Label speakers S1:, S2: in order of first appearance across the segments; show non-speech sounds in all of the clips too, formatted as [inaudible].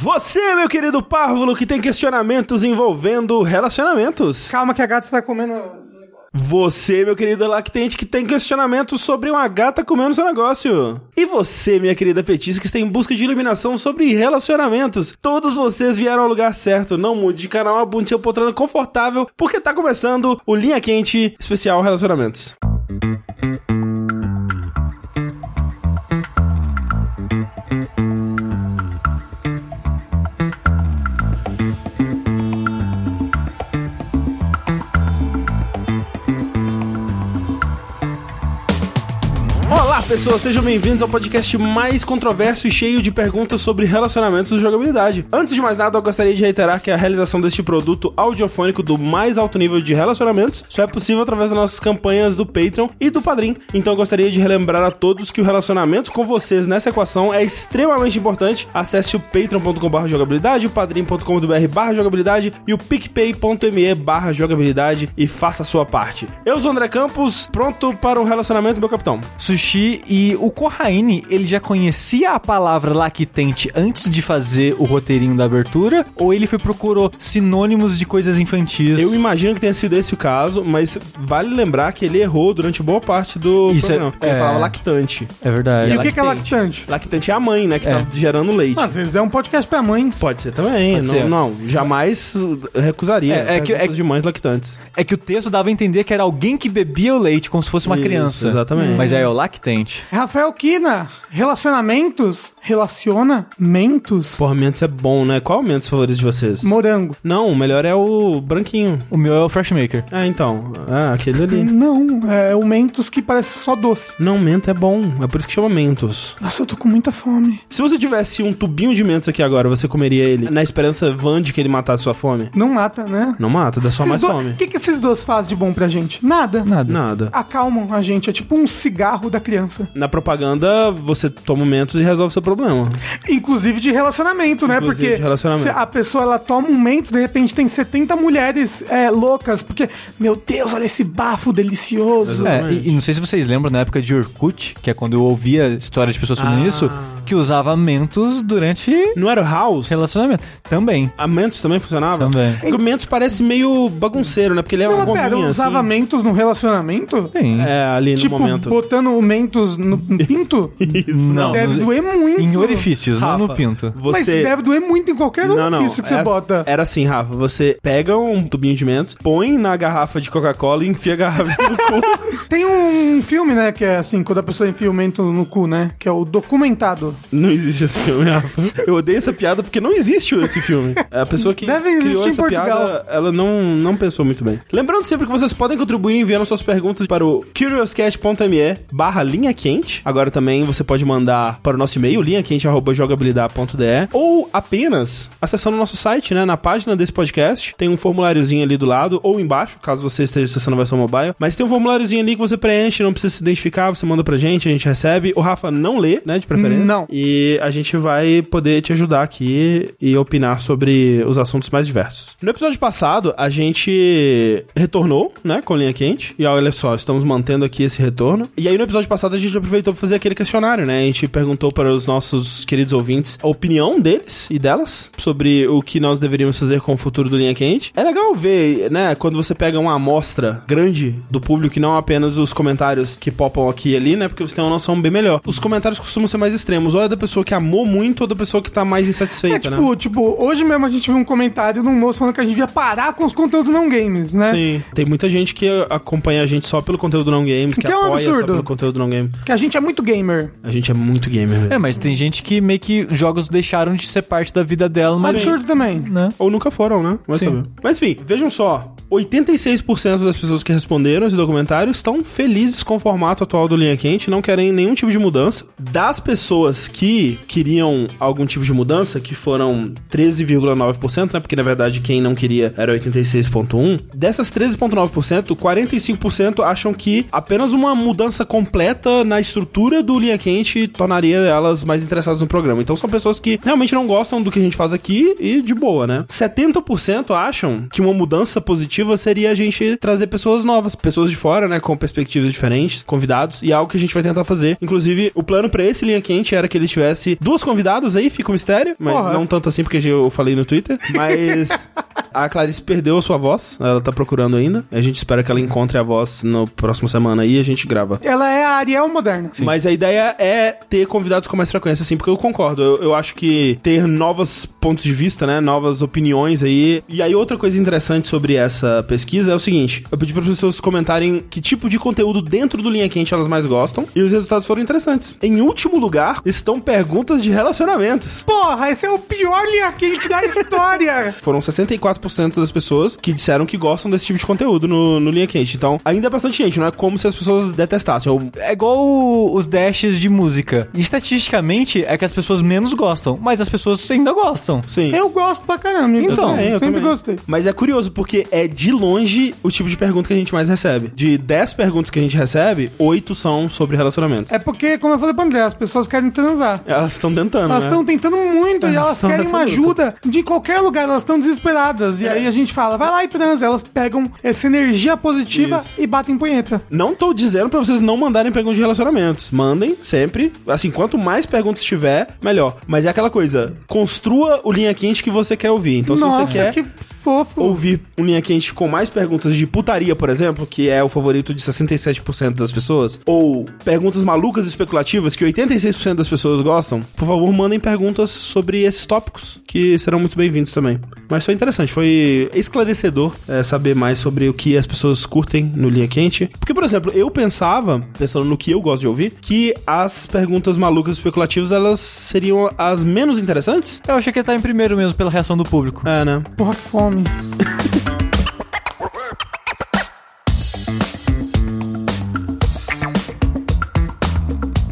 S1: Você, meu querido párvulo, que tem questionamentos envolvendo relacionamentos.
S2: Calma que a gata tá comendo.
S1: Você, meu querido lactente, que tem questionamentos sobre uma gata comendo seu negócio. E você, minha querida petisca, que está em busca de iluminação sobre relacionamentos. Todos vocês vieram ao lugar certo. Não mude de canal, abunde seu poltrona confortável, porque tá começando o Linha Quente Especial Relacionamentos. Olá, pessoas, sejam bem-vindos ao podcast mais controverso e cheio de perguntas sobre relacionamentos e jogabilidade. Antes de mais nada, eu gostaria de reiterar que a realização deste produto audiofônico do mais alto nível de relacionamentos só é possível através das nossas campanhas do Patreon e do Padrim. Então, eu gostaria de relembrar a todos que o relacionamento com vocês nessa equação é extremamente importante. Acesse o patreon.com.br jogabilidade, o padrim.com.br barra jogabilidade e o picpay.me barra jogabilidade e faça a sua parte. Eu sou o André Campos, pronto para um relacionamento, meu capitão.
S3: Sushi e o Corraine, ele já conhecia a palavra lactente antes de fazer o roteirinho da abertura? Ou ele foi procurou sinônimos de coisas infantis?
S1: Eu imagino que tenha sido esse o caso, mas vale lembrar que ele errou durante boa parte do
S3: Isso é-
S1: programa, porque ele
S3: é.
S1: falava lactante.
S3: É
S2: E,
S3: verdade.
S2: o que, que é lactante?
S1: Lactante é a mãe, né, que
S3: É.
S1: tá gerando leite.
S2: Às vezes é um podcast pra mães.
S1: Pode ser também,
S3: Pode
S1: não,
S3: ser.
S1: não, jamais recusaria
S3: É, é que-
S1: perguntas
S3: é-
S1: de mães lactantes.
S3: É que o texto dava a entender que era alguém que bebia o leite, como se fosse uma
S1: Isso,
S3: criança.
S1: exatamente.
S3: Mas aí é o lactente.
S2: Rafael Kina, relacionamentos, relacionamentos,
S1: Porra, Mentos é bom, né? Qual é o Mentos favorito de vocês?
S2: morango.
S1: não, o melhor é o branquinho.
S3: O meu é o Freshmaker.
S1: Ah, então. Ah, aquele [laughs] ali.
S2: Não, é o Mentos que parece só doce.
S1: Não, mento é bom. É por isso que chama Mentos.
S2: Nossa, eu tô com muita fome.
S1: Se você tivesse um tubinho de Mentos aqui agora, você comeria ele na esperança vã de que ele matasse sua fome?
S2: Não mata, né?
S1: Não mata, dá só mais fome.
S2: O que, que esses dois fazem de bom pra gente? Nada.
S3: Nada.
S1: Nada.
S2: Acalmam a gente, é tipo um cigarro da criança.
S1: Na propaganda, você toma um Mentos e resolve seu problema.
S2: Inclusive de relacionamento, né?
S1: Inclusive
S2: porque
S1: de relacionamento.
S2: se a pessoa ela toma um Mentos, de repente tem 70 mulheres é, loucas, porque, meu Deus, olha esse bafo delicioso.
S1: Exato.
S3: É, e, e não sei se vocês lembram na época de Orkut, que é quando eu ouvia história de pessoas falando
S1: Ah.
S3: isso, que usava mentos durante
S1: Não era o House?
S3: relacionamento. Também.
S1: A Mentos também funcionava?
S3: Também.
S1: É que o Mentos parece meio bagunceiro, né? Porque ele é uma
S2: Não, pera,
S1: gominha,
S2: usava
S1: assim.
S2: Mentos no relacionamento?
S3: Tem.
S1: É, ali no
S2: tipo,
S1: momento.
S2: botando o Mentos no
S1: [laughs]
S2: no pinto?
S1: Isso,
S3: Não,
S2: deve
S3: nos-
S2: doer muito.
S3: Em orifícios, não
S1: Rafa,
S3: no pinto.
S1: Você...
S2: Mas deve doer muito em qualquer
S1: Não, não.
S2: orifício que você
S1: essa-
S2: bota.
S1: Era assim, Rafa. Você pega um tubinho de mentos, põe na garrafa de Coca-Cola e enfia a garrafa no cu.
S2: Tem um filme, né, que é assim, quando a pessoa enfia o Mentos no cu, né? Que é o documentado.
S1: Não existe esse filme, Rafa. Eu odeio essa piada porque não existe esse filme. A pessoa que
S2: Deve existir
S1: criou
S2: em
S1: essa
S2: Portugal.
S1: piada, ela não, não pensou muito bem. Lembrando sempre que vocês podem contribuir enviando suas perguntas para o curiouscat.me barra linha quente. Agora também você pode mandar para o nosso e-mail, linhaquente.jogabilidade.de ou apenas acessando o nosso site, né? Na página desse podcast, tem um formuláriozinho ali do lado ou embaixo, caso você esteja acessando a versão mobile. Mas tem um formuláriozinho ali que você preenche, não precisa se identificar, você manda pra gente, a gente recebe. O Rafa não lê, né? De preferência.
S2: Não.
S1: E a gente vai poder te ajudar aqui e opinar sobre os assuntos mais diversos. No episódio passado, a gente retornou, né, com linha quente. E olha só, estamos mantendo aqui esse retorno. E aí, no episódio passado, a gente aproveitou para fazer aquele questionário, né? A gente perguntou para os nossos queridos ouvintes a opinião deles e delas sobre o que nós deveríamos fazer com o futuro do Linha Quente. É legal ver, né, quando você pega uma amostra grande do público e não apenas os comentários que popam aqui e ali, né, porque você tem uma noção bem melhor. Os comentários costumam ser mais extremos, ou é da pessoa que amou muito ou da pessoa que tá mais insatisfeita,
S2: É
S1: né?
S2: tipo, tipo, hoje mesmo a gente viu um comentário de um moço falando que a gente devia parar com os conteúdos não games, né?
S1: Sim. Tem muita gente que acompanha a gente só pelo conteúdo não games, que
S2: Que é um
S1: apoia só
S2: absurdo.
S1: pelo conteúdo não game.
S2: Que a gente é muito gamer.
S1: A gente é muito gamer, velho.
S3: É, mas tem gente que meio que jogos deixaram de ser parte da vida dela, mas.
S2: Absurdo também.
S3: Né?
S1: Ou nunca foram, né? Vai
S3: Sim.
S1: saber. Mas enfim, vejam só. 86% das pessoas que responderam esse documentário estão felizes com o formato atual do Linha Quente, não querem nenhum tipo de mudança. Das pessoas que queriam algum tipo de mudança, que foram 13,9%, né? Porque na verdade quem não queria era 86,1%. Dessas 13,9%, 45% acham que apenas uma mudança completa na estrutura do Linha Quente e tornaria elas mais interessadas no programa. Então são pessoas que realmente não gostam do que a gente faz aqui e de boa, né? 70% acham que uma mudança positiva seria a gente trazer pessoas novas, pessoas de fora, né, com perspectivas diferentes, convidados, e é algo que a gente vai tentar fazer. Inclusive, o plano pra esse Linha Quente era que ele tivesse duas convidadas aí, fica um mistério, mas
S2: Porra.
S1: não tanto assim porque eu falei no Twitter, mas a Clarice perdeu a sua voz, ela tá procurando ainda. A gente espera que ela encontre a voz na próxima semana aí e a gente grava.
S2: Ela é a Ariel moderna.
S1: Mas a ideia é ter convidados com mais frequência, assim, porque eu concordo. Eu, eu acho que ter novos pontos de vista, né? Novas opiniões aí. E aí, outra coisa interessante sobre essa pesquisa é o seguinte: eu pedi para as pessoas comentarem que tipo de conteúdo dentro do Linha Quente elas mais gostam. E os resultados foram interessantes. Em último lugar, estão perguntas de relacionamentos.
S2: Porra, esse é o pior linha quente da história.
S1: Foram 64% das pessoas que disseram que gostam desse tipo de conteúdo no, no Linha Quente. Então, ainda é bastante gente, não é como se as pessoas detestassem. Eu
S3: É igual o- os dashes de música. Estatisticamente, é que as pessoas menos gostam, mas as pessoas ainda gostam.
S1: Sim.
S2: Eu gosto pra caramba.
S1: Eu
S2: Então,
S1: também, eu
S2: sempre
S1: também.
S2: gostei.
S1: Mas é curioso, porque é de longe o tipo de pergunta que a gente mais recebe. De 10 perguntas que a gente recebe, 8 são sobre relacionamento.
S2: É porque, como eu falei pra André, as pessoas querem transar.
S1: Elas estão tentando,
S2: Elas
S1: né?
S2: estão tentando muito e
S1: É, Elas
S2: elas
S1: tão
S2: querem uma
S1: nessa É.
S2: ajuda de qualquer lugar, elas estão desesperadas. E aí a gente fala, vai lá e transa. Elas pegam essa energia positiva
S1: Isso.
S2: e batem punheta.
S1: Não tô dizendo pra vocês não mandarem perguntas de relacionamentos. Mandem sempre. Assim, quanto mais perguntas tiver, melhor. Mas é aquela coisa, construa o linha quente que você quer ouvir. Então,
S2: Nossa,
S1: se você quer
S2: que fofo.
S1: ouvir um linha quente com mais perguntas de putaria, por exemplo, que é o favorito de 67% das pessoas, ou perguntas malucas e especulativas que 86% das pessoas gostam, por favor, mandem perguntas sobre esses tópicos que serão muito bem-vindos também. Mas foi interessante, foi esclarecedor é, saber mais sobre o que as pessoas curtem no linha quente. Porque, por exemplo, eu pensava, pensando no que eu gosto de ouvir, que as perguntas malucas e especulativas elas seriam as menos interessantes?
S3: Eu achei que ele tá em primeiro mesmo pela reação do público.
S1: É, né?
S2: Porra, que fome.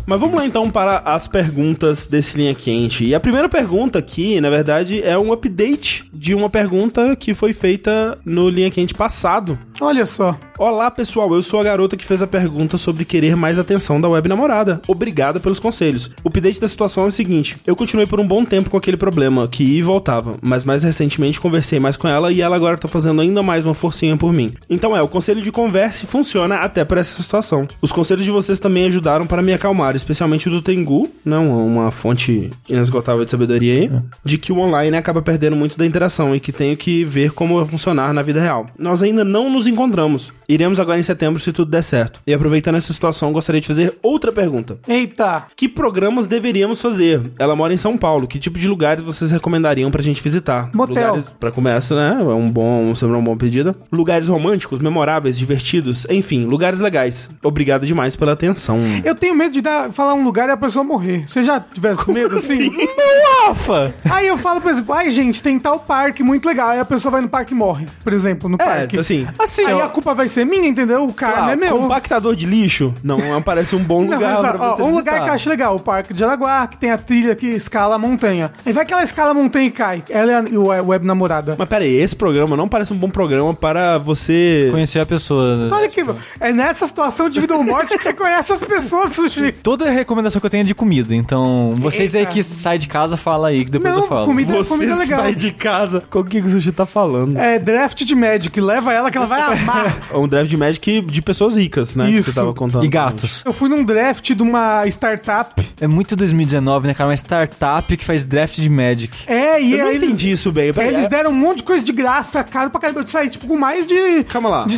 S1: Mas vamos lá então para as perguntas desse Linha Quente. E a primeira pergunta aqui, na verdade, é um update de uma pergunta que foi feita no Linha Quente passado.
S2: Olha só.
S1: Olá pessoal, eu sou a garota que fez a pergunta sobre querer mais atenção da web namorada. Obrigada pelos conselhos. O update da situação é o seguinte: eu continuei por um bom tempo com aquele problema que ia e voltava, mas mais recentemente conversei mais com ela e ela agora tá fazendo ainda mais uma forcinha por mim. Então é, o conselho de converse funciona até para essa situação. Os conselhos de vocês também ajudaram para me acalmar, especialmente o do Tengu, né, uma- uma fonte inesgotável de sabedoria aí, de que o online acaba perdendo muito da interação e que tenho que ver como vai funcionar na vida real. Nós ainda não nos encontramos. Iremos agora em setembro se tudo der certo. E aproveitando essa situação, gostaria de fazer outra pergunta.
S2: Eita.
S1: Que programas deveríamos fazer? Ela mora em São Paulo. Que tipo de lugares vocês recomendariam pra gente visitar?
S2: Motel.
S1: Lugares, pra começo, né? É um bom, sempre uma boa pedida. Lugares românticos, memoráveis, divertidos, enfim, lugares legais. Obrigado demais pela atenção.
S2: Eu tenho medo de dar, falar um lugar e a pessoa morrer. Você já tivesse medo assim? [laughs]
S3: Rafa!
S2: Aí eu falo, por exemplo, ai gente, tem tal parque muito legal. Aí a pessoa vai no parque e morre, por exemplo, no parque.
S1: assim,
S3: Assim,
S2: aí
S3: ó,
S2: a culpa vai ser minha, entendeu? O cara não Ah, é meu.
S1: compactador de lixo não, não parece um bom
S2: Não,
S1: lugar
S2: mas,
S1: pra
S2: ó,
S1: você
S2: um
S1: visitar.
S2: lugar que eu acho legal, o Parque de Jaraguá, que tem a trilha que escala a montanha. Aí vai que ela escala a montanha e cai. Ela é a e o web, web namorada.
S1: Mas peraí, esse programa não parece um bom programa para você...
S3: conhecer a pessoa. né?
S2: Olha que. É nessa situação de vida ou morte que você conhece as pessoas, [laughs] Sushi.
S3: Toda recomendação que eu tenho é de comida, então vocês aí que saem de casa, fala aí que depois
S2: Não,
S3: eu falo.
S2: comida-
S1: Vocês
S2: comida
S1: que
S2: legal.
S1: saem de casa, com o que que o Sushi tá falando?
S2: É draft de Magic, leva ela que ela vai amar.
S1: É um draft de Magic de pessoas ricas, né? Que
S2: Isso.
S1: você tava contando.
S3: E gatos.
S2: Eu fui num draft de uma startup.
S3: É muito 2019, né, cara? Uma startup que faz draft de Magic.
S2: É, e
S1: Eu não
S2: aí eles-
S1: entendi isso bem.
S2: Aí
S1: Peraí,
S2: Eles
S1: é-
S2: deram um monte de coisa de graça, caro pra caramba. Eu saí, tipo, com mais de.
S1: Calma lá.
S2: De,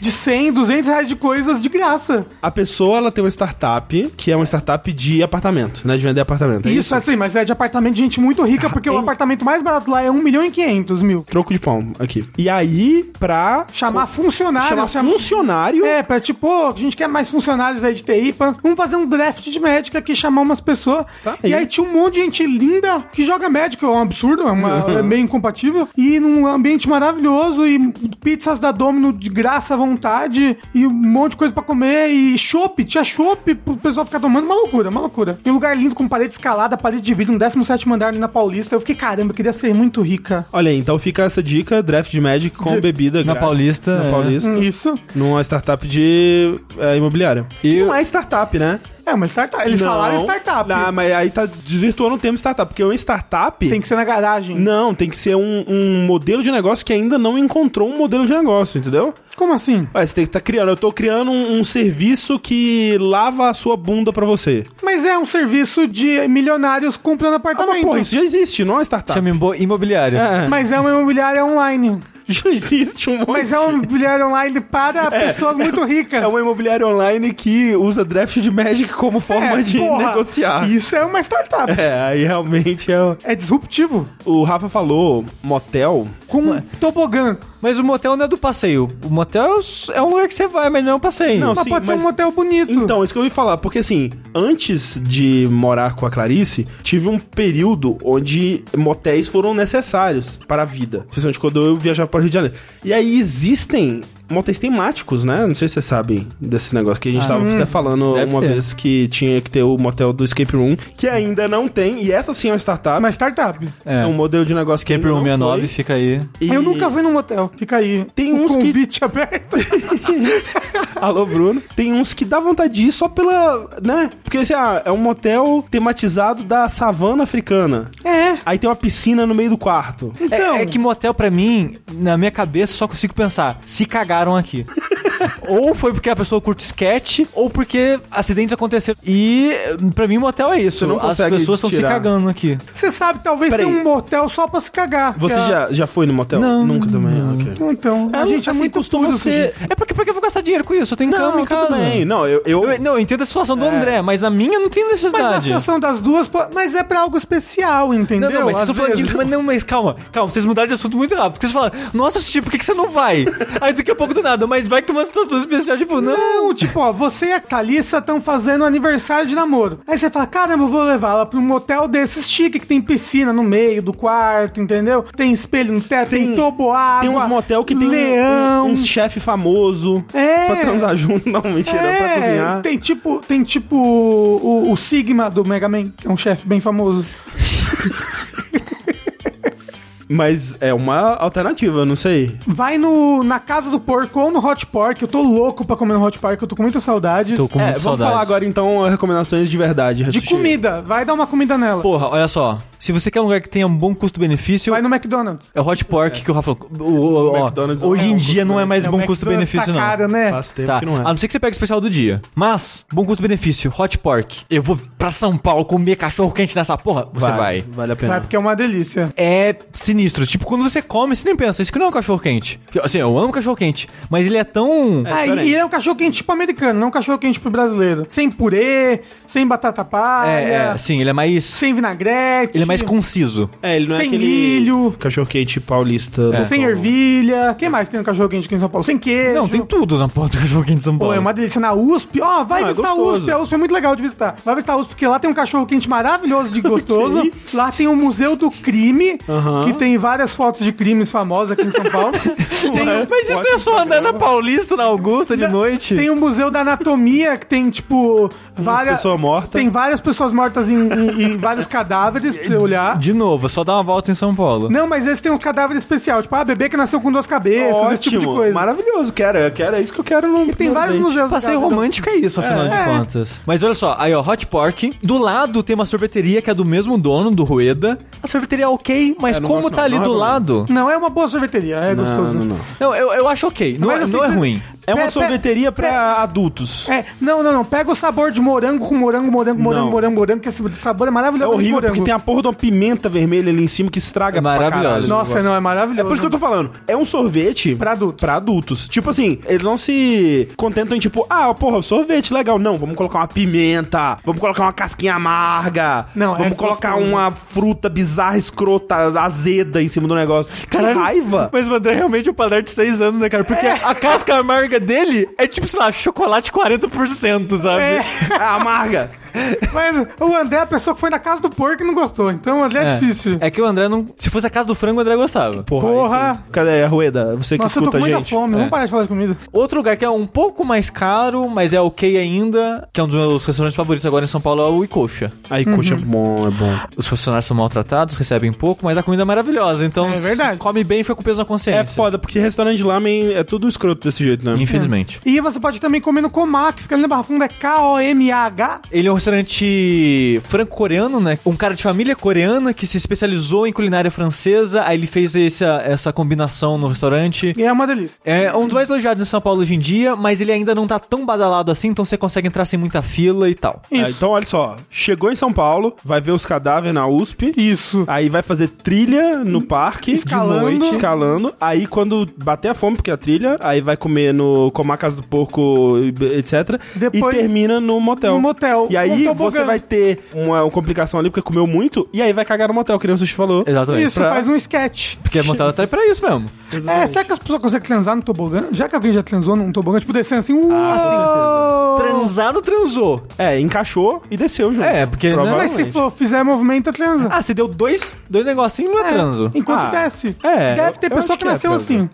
S2: de 100, 200 reais de coisas de graça.
S1: A pessoa, ela tem uma startup, que é uma startup de apartamento, né? De vender apartamento. é
S2: Isso, assim, mas é de apartamento de gente muito rica, porque o
S1: hein?
S2: apartamento mais barato lá é 1 milhão e 500 mil.
S1: Troco de pão aqui. E aí, pra
S2: Chamar funcionários.
S1: chamar
S2: chama-
S1: funcionário...
S2: É, pra tipo, pô, a gente quer mais funcionários aí de TI, pra... vamos fazer um draft de médica aqui, chamar umas pessoas.
S1: Tá
S2: e
S1: aí.
S2: aí tinha um monte de gente linda que joga médico, é um absurdo, é, uma- é meio incompatível. E num ambiente maravilhoso, e pizzas da Domino de graça à vontade, e um monte de coisa pra comer, e chopp, tinha chopp pro pessoal ficar tomando, uma loucura, uma loucura. E um lugar lindo com parede escalada, parede de vidro, no 17 andar ali na Paulista. Eu fiquei, caramba, eu queria ser muito rica.
S1: Olha aí, então fica essa dica, draft de Magic com
S2: De- Hum.
S1: bebida
S3: na Paulista,
S1: Na
S3: é.
S1: Paulista.
S2: Isso.
S1: Numa startup de é, imobiliária.
S3: Eu-
S1: Não é startup, né?
S2: É, uma startup. Eles
S1: Não.
S2: falaram startup.
S1: Ah, mas aí tá desvirtuando o termo startup, porque uma startup.
S2: Tem que ser na garagem.
S1: Não, tem que ser um, um modelo de negócio que ainda não encontrou um modelo de negócio, entendeu?
S2: Como assim?
S1: Ué, você tem que estar criando. Eu tô criando um, um serviço que lava a sua bunda pra você.
S2: Mas é um serviço de milionários comprando
S1: Ah, mas
S2: apartamento.
S1: porra, isso já existe, não é uma startup.
S3: Chama imbo- imobiliária.
S1: [laughs] É.
S2: Mas é uma imobiliária online.
S1: já existe um monte.
S2: Mas é uma imobiliária online para pessoas muito
S1: [laughs]
S2: ricas.
S1: É uma imobiliária online que usa draft de Magic como forma
S2: É,
S1: de
S2: porra,
S1: negociar.
S2: Isso é uma startup. É,
S1: É, aí realmente é. o-
S2: disruptivo.
S1: O Rafa falou motel.
S2: Com tobogã.
S3: Mas o motel não é do passeio. O motel é o- é um lugar que você vai, mas não é um passeio.
S1: Não,
S2: Mas
S1: Sim,
S2: pode ser
S1: mas-
S2: um motel bonito.
S1: Então, isso que eu ouvi falar, porque assim, antes de morar com a Clarice, tive um período onde motéis foram necessários para a vida. Principalmente quando eu viajava para o Rio de Janeiro. E aí existem motéis temáticos, né? Não sei se vocês sabem desse negócio, que a gente estava até falando
S3: Ah. Hum. Deve
S1: uma
S3: ter.
S1: vez que tinha que ter o motel do Escape Room, que ainda não tem, e essa sim é uma startup.
S2: Uma startup.
S1: É um modelo de negócio que
S3: Escape
S1: ainda
S3: Room
S1: não
S3: 69
S1: foi.
S3: fica aí.
S1: E-
S2: Eu nunca fui num motel. Fica aí.
S1: Tem
S2: um
S1: uns que-
S2: convite
S1: [laughs]
S2: aberto.
S1: Alô, Bruno. Tem uns que dá vontade de ir só pela. né? Porque assim, ah, é um motel tematizado da savana africana.
S2: É.
S1: Aí tem uma piscina no meio do quarto.
S3: É-
S2: Então.
S3: É, que motel, pra mim, na minha cabeça, só consigo pensar: se cagaram aqui. ou foi porque a pessoa curte sketch, ou porque acidentes aconteceram. E pra mim, motel é isso.
S1: Você não
S3: As
S1: consegue
S3: pessoas estão se
S1: tirar.
S3: cagando aqui.
S2: Você sabe, talvez
S1: Peraí.
S2: tem um motel só pra se cagar.
S1: Você
S2: que é-
S1: já, já foi no motel?
S3: Não.
S1: Nunca também. ah, ok.
S2: Então, a gente é
S1: assim,
S2: muito
S1: costuma
S2: puro,
S1: ser-
S2: Fugir.
S3: É porque, porque eu vou gastar dinheiro com isso? Eu tenho cama
S1: Não,
S3: em
S1: tudo
S3: casa.
S1: bem. É. Não, eu. eu...
S3: Eu, não, eu entendo a situação do André, mas na minha não tem
S2: Mas na
S3: necessidade.
S2: situação das duas, pô, mas é pra algo especial, entendeu?
S3: Não, não, mas
S2: Às
S3: vocês estão falando de.
S2: vezes.
S3: Mas não, mas calma, calma, vocês mudaram de assunto muito rápido. Porque vocês falaram, nossa, Sushi, por que, que você não vai? Aí daqui a pouco do nada, mas vai que é uma situação especial, tipo, não.
S2: Não, tipo, ó, você e a Thalissa estão fazendo aniversário de namoro. Aí você fala, caramba, eu vou levar ela pra um motel desses chique, que tem piscina no meio do quarto, entendeu? Tem espelho no teto, tem,
S1: Tem-
S2: toboágua.
S1: Tem uns motel que tem um-
S2: leão.
S1: um, um chefe famoso
S2: É.
S1: pra transar junto. Não, mentira, pra cozinhar.
S2: tem tipo, tem tipo o, o Sigma do Mega Man, que é um chefe bem famoso.
S1: Mas é uma alternativa, eu não sei.
S2: Vai no, na casa do porco ou no Hot Park. Eu tô louco pra comer no Hot Park, eu tô com muita saudade.
S3: com
S1: é, vamos falar agora então recomendações de verdade.
S2: De
S1: Rassushi.
S2: comida, vai dar uma comida nela.
S3: Porra, olha só. Se você quer um lugar que tenha um bom custo-benefício,
S2: Vai no McDonald's.
S3: é o Hot Pork que o Rafa falou. O- o- ó,
S1: McDonald's não
S3: hoje
S1: é
S3: em
S1: um
S3: dia não é mais
S2: É, o
S3: bom
S2: McDonald's
S3: custo-benefício,
S2: tá
S3: não.
S2: caro, né?
S1: Faz tempo
S3: Tá.
S1: que não
S3: A
S1: é.
S3: não ser que você pegue o especial do dia. Mas, bom custo-benefício, hot pork. Eu vou pra São Paulo comer cachorro quente nessa porra? Você vai.
S1: Vale a pena.
S2: Vai, porque é uma delícia.
S3: É sinistro. Tipo, quando você come, você nem pensa, isso que não é um cachorro quente. Assim, eu amo cachorro quente, mas ele é tão.
S2: ah, e-
S1: diferente.
S2: e é um cachorro quente tipo americano, não um cachorro quente pro brasileiro. Sem purê, sem batata palha,
S3: É, é, sim, ele é mais.
S2: sem vinagrete.
S3: Ele é mais conciso.
S1: É, ele não é
S2: Sem
S1: aquele
S2: milho.
S1: cachorro-quente paulista. né? do-
S2: Sem ervilha. Quem mais tem um cachorro quente aqui em São Paulo? Sem queijo.
S3: né, Não, tem tudo na porta do cachorro quente de São
S2: Pô,
S3: Paulo.
S2: é uma delícia na USP. Ó, vai
S1: Ah, é
S2: visitar a
S1: gostoso.
S2: USP. A USP é muito legal de visitar. Vai visitar a USP, porque lá tem um cachorro quente maravilhoso
S3: [laughs]
S2: de gostoso. lá tem o Museu do Crime, que tem várias fotos de crimes famosos aqui em São
S3: [laughs]
S2: Paulo. tem, um
S3: Mas isso não é só andar na Paulista, na Augusta, de noite?
S2: tem um o Museu da Anatomia, que tem, tipo, várias.
S1: pessoa morta.
S2: Tem várias pessoas mortas em, em- em vários
S1: [laughs]
S2: cadáveres pra você olhar.
S3: De novo, é só dar uma volta em São Paulo.
S2: Não, mas esse tem um cadáver especial, tipo, ah, bebê que nasceu com duas cabeças, esse tipo de coisa.
S1: Maravilhoso, quero, eu quero, é isso que eu quero no.
S2: E tem vários
S1: no-
S2: museus.
S3: Passeio romântico é isso, afinal
S2: É.
S3: de contas. Mas olha só, aí ó, Hot Pork. Do lado tem uma sorveteria que é do mesmo dono, do Rueda. A sorveteria é ok, mas
S1: É, não
S3: como
S1: gosto
S3: tá
S1: não,
S3: ali
S1: não é
S3: do
S1: bom.
S3: lado...
S2: Não, é uma boa sorveteria, é gostoso.
S1: não, não.
S3: Não, eu, eu acho ok. Não,
S2: Mas
S3: é,
S2: assim,
S3: não é
S2: você-
S3: ruim.
S1: É uma
S2: Pe- pe-
S1: sorveteria pra adultos.
S2: É, não, não, não. Pega o sabor de morango com morango, morango, morango,
S1: Não.
S2: morango, morango, que esse sabor é
S1: É
S2: maravilhoso. de
S1: horrível
S2: morango.
S1: porque tem a porra de uma pimenta vermelha ali em cima que estraga
S3: É maravilhoso.
S1: pra caralho.
S2: Nossa, não, é maravilhoso.
S1: É por isso que eu tô falando. É um sorvete
S2: Pra adultos.
S1: pra adultos. Tipo assim, eles não se contentam em tipo, ah, porra, sorvete, legal. Não, vamos colocar uma pimenta, vamos colocar uma casquinha amarga,
S2: Não, é
S1: vamos colocar
S2: gostoso.
S1: uma fruta bizarra, escrota, azeda em cima do negócio. Caralho. Que raiva.
S3: Mas o André é realmente um padrão de 6 anos, né, cara? Porque a é, casca amarga dele é tipo, sei lá, chocolate 40%, sabe?
S1: É amarga.
S2: Mas o André é a pessoa que foi na casa do porco e não gostou. Então o André é, difícil.
S3: É que o André não. Se fosse a casa do frango, o André gostava.
S1: Porra!
S2: Porra.
S1: aí sim. Cadê a Rueda? Você que
S2: Nossa, eu
S1: escuta
S2: tô com
S1: a
S2: muita
S1: gente. é.
S2: fome. Vamos parar de falar de comida.
S3: Outro lugar que é um pouco mais caro, mas é ok ainda, que é um dos meus restaurantes favoritos agora em São Paulo, é o Icoxa.
S1: Aí, coxa, é bom, é bom.
S3: Os funcionários são maltratados, recebem pouco, mas a comida é maravilhosa. Então,
S2: É verdade.
S3: come bem e fica com peso na consciência.
S1: É foda, porque restaurante lá man, é tudo escroto desse jeito, né?
S3: Infelizmente.
S2: E você pode também comer no Comac, que fica ali na Barra Funda, é K-O-M-A-H.
S3: Ele é um restaurante franco-coreano, né? Um cara de família coreana que se especializou em culinária francesa. Aí ele fez essa, essa combinação no restaurante.
S2: E é uma delícia.
S3: É um dos mais elogiados em São Paulo hoje em dia, mas ele ainda não tá tão badalado assim, então você consegue entrar sem muita fila e tal.
S1: É,
S2: Isso.
S1: então, olha só. Chegou em São Paulo, vai ver os cadáveres na USP.
S2: Isso.
S1: Aí vai fazer trilha no parque.
S2: Escalando.
S1: De noite, escalando. Aí quando bater a fome, porque é a trilha, aí vai comer no Comar Casa do Porco, etc.
S2: Depois-
S1: e termina no motel.
S2: No motel,
S1: Então, E
S2: com
S1: aí
S2: tobogã.
S1: você vai ter uma, uma complicação ali, porque comeu muito. E aí vai cagar no motel, que nem o Sushi falou.
S3: Exatamente.
S2: Isso,
S1: pra-
S2: faz um sketch.
S3: Porque é montado até pra isso mesmo.
S2: É, será que as pessoas conseguem transar no tobogã? Já que alguém já transou num tobogã, tipo, descendo assim, uou!
S1: Ah,
S3: [laughs] Transar não transou.
S1: É, encaixou e desceu junto.
S3: É, porque-
S2: Mas se
S1: Provavelmente.
S2: for, fizer movimento, é transa.
S3: Ah, se deu dois, dois negocinhos, não é, transo.
S2: Enquanto
S1: Ah,
S2: desce.
S1: é,
S2: Deve ter
S1: eu
S2: pessoa
S1: acho
S2: que
S1: que é
S2: nasceu
S1: transa.
S2: assim.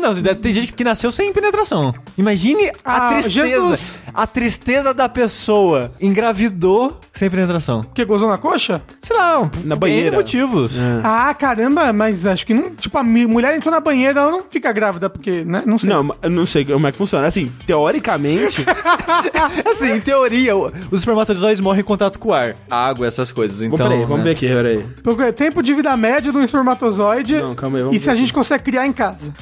S3: Não, deve- tem gente que nasceu sem penetração. Imagine
S2: Ah,
S3: a tristeza.
S2: Jesus.
S3: A tristeza da pessoa. Engravidou sem penetração.
S2: Porque gozou na coxa?
S3: Sei lá,
S1: Na
S3: N
S1: banheira.
S3: motivos.
S2: Ah, caramba, mas acho que não. Tipo, a mi- mulher entrou na banheira, ela não fica grávida, porque, né? Não sei.
S1: Não, mas eu não sei como é que funciona. Assim, teoricamente,
S3: Assim, em teoria, o- os espermatozoides morrem em contato com o ar. Água, essas coisas. Então,
S1: Bom, peraí, vamos ver
S3: né?
S1: aqui, peraí.
S2: Porque tempo de vida média de um espermatozoide.
S1: Não, calma aí, vamos
S2: E se
S1: ver
S2: a gente consegue criar
S1: [laughs]
S2: em casa?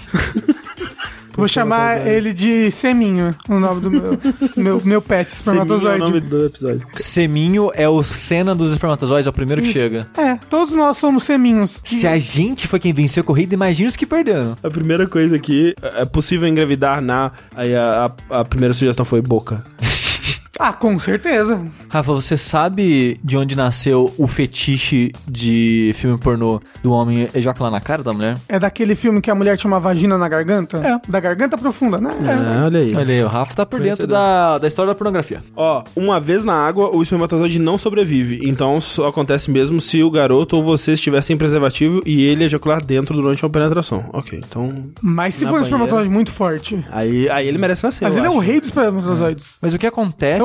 S2: Vou chamar ele de Seminho, o nome do meu, meu, meu
S1: Seminha
S2: pet,
S1: é o
S2: espermatozoide.
S1: nome do episódio.
S3: Seminho é o Senna dos espermatozoides, é o primeiro que chega.
S2: É, todos nós somos seminhos.
S3: Se é- a gente foi quem venceu a corrida, imagina os que perderam.
S1: A primeira coisa aqui, é é possível engravidar na. Aí a, a- a primeira sugestão foi boca.
S2: Ah, com certeza.
S3: Rafa, você sabe de onde nasceu o fetiche de filme pornô do homem ejacular na cara da mulher?
S2: É daquele filme que a mulher tinha uma vagina na garganta?
S3: É.
S2: Da garganta profunda, né? É.
S1: olha aí.
S3: Olha aí, o Rafa tá por dentro
S1: Conhecedor.
S3: da, da história da pornografia.
S1: Ó, uma vez na água, o espermatozoide não sobrevive. Então só acontece mesmo se o garoto ou você estiver sem preservativo e ele ejacular dentro durante uma penetração. Ok, então.
S2: Mas se
S1: Na
S2: for um
S1: banheira.
S2: espermatozoide muito forte.
S1: Aí, aí ele merece nascer.
S2: Mas
S1: eu
S2: ele é o
S1: acho.
S2: rei dos espermatozoides.
S3: Mas o que acontece...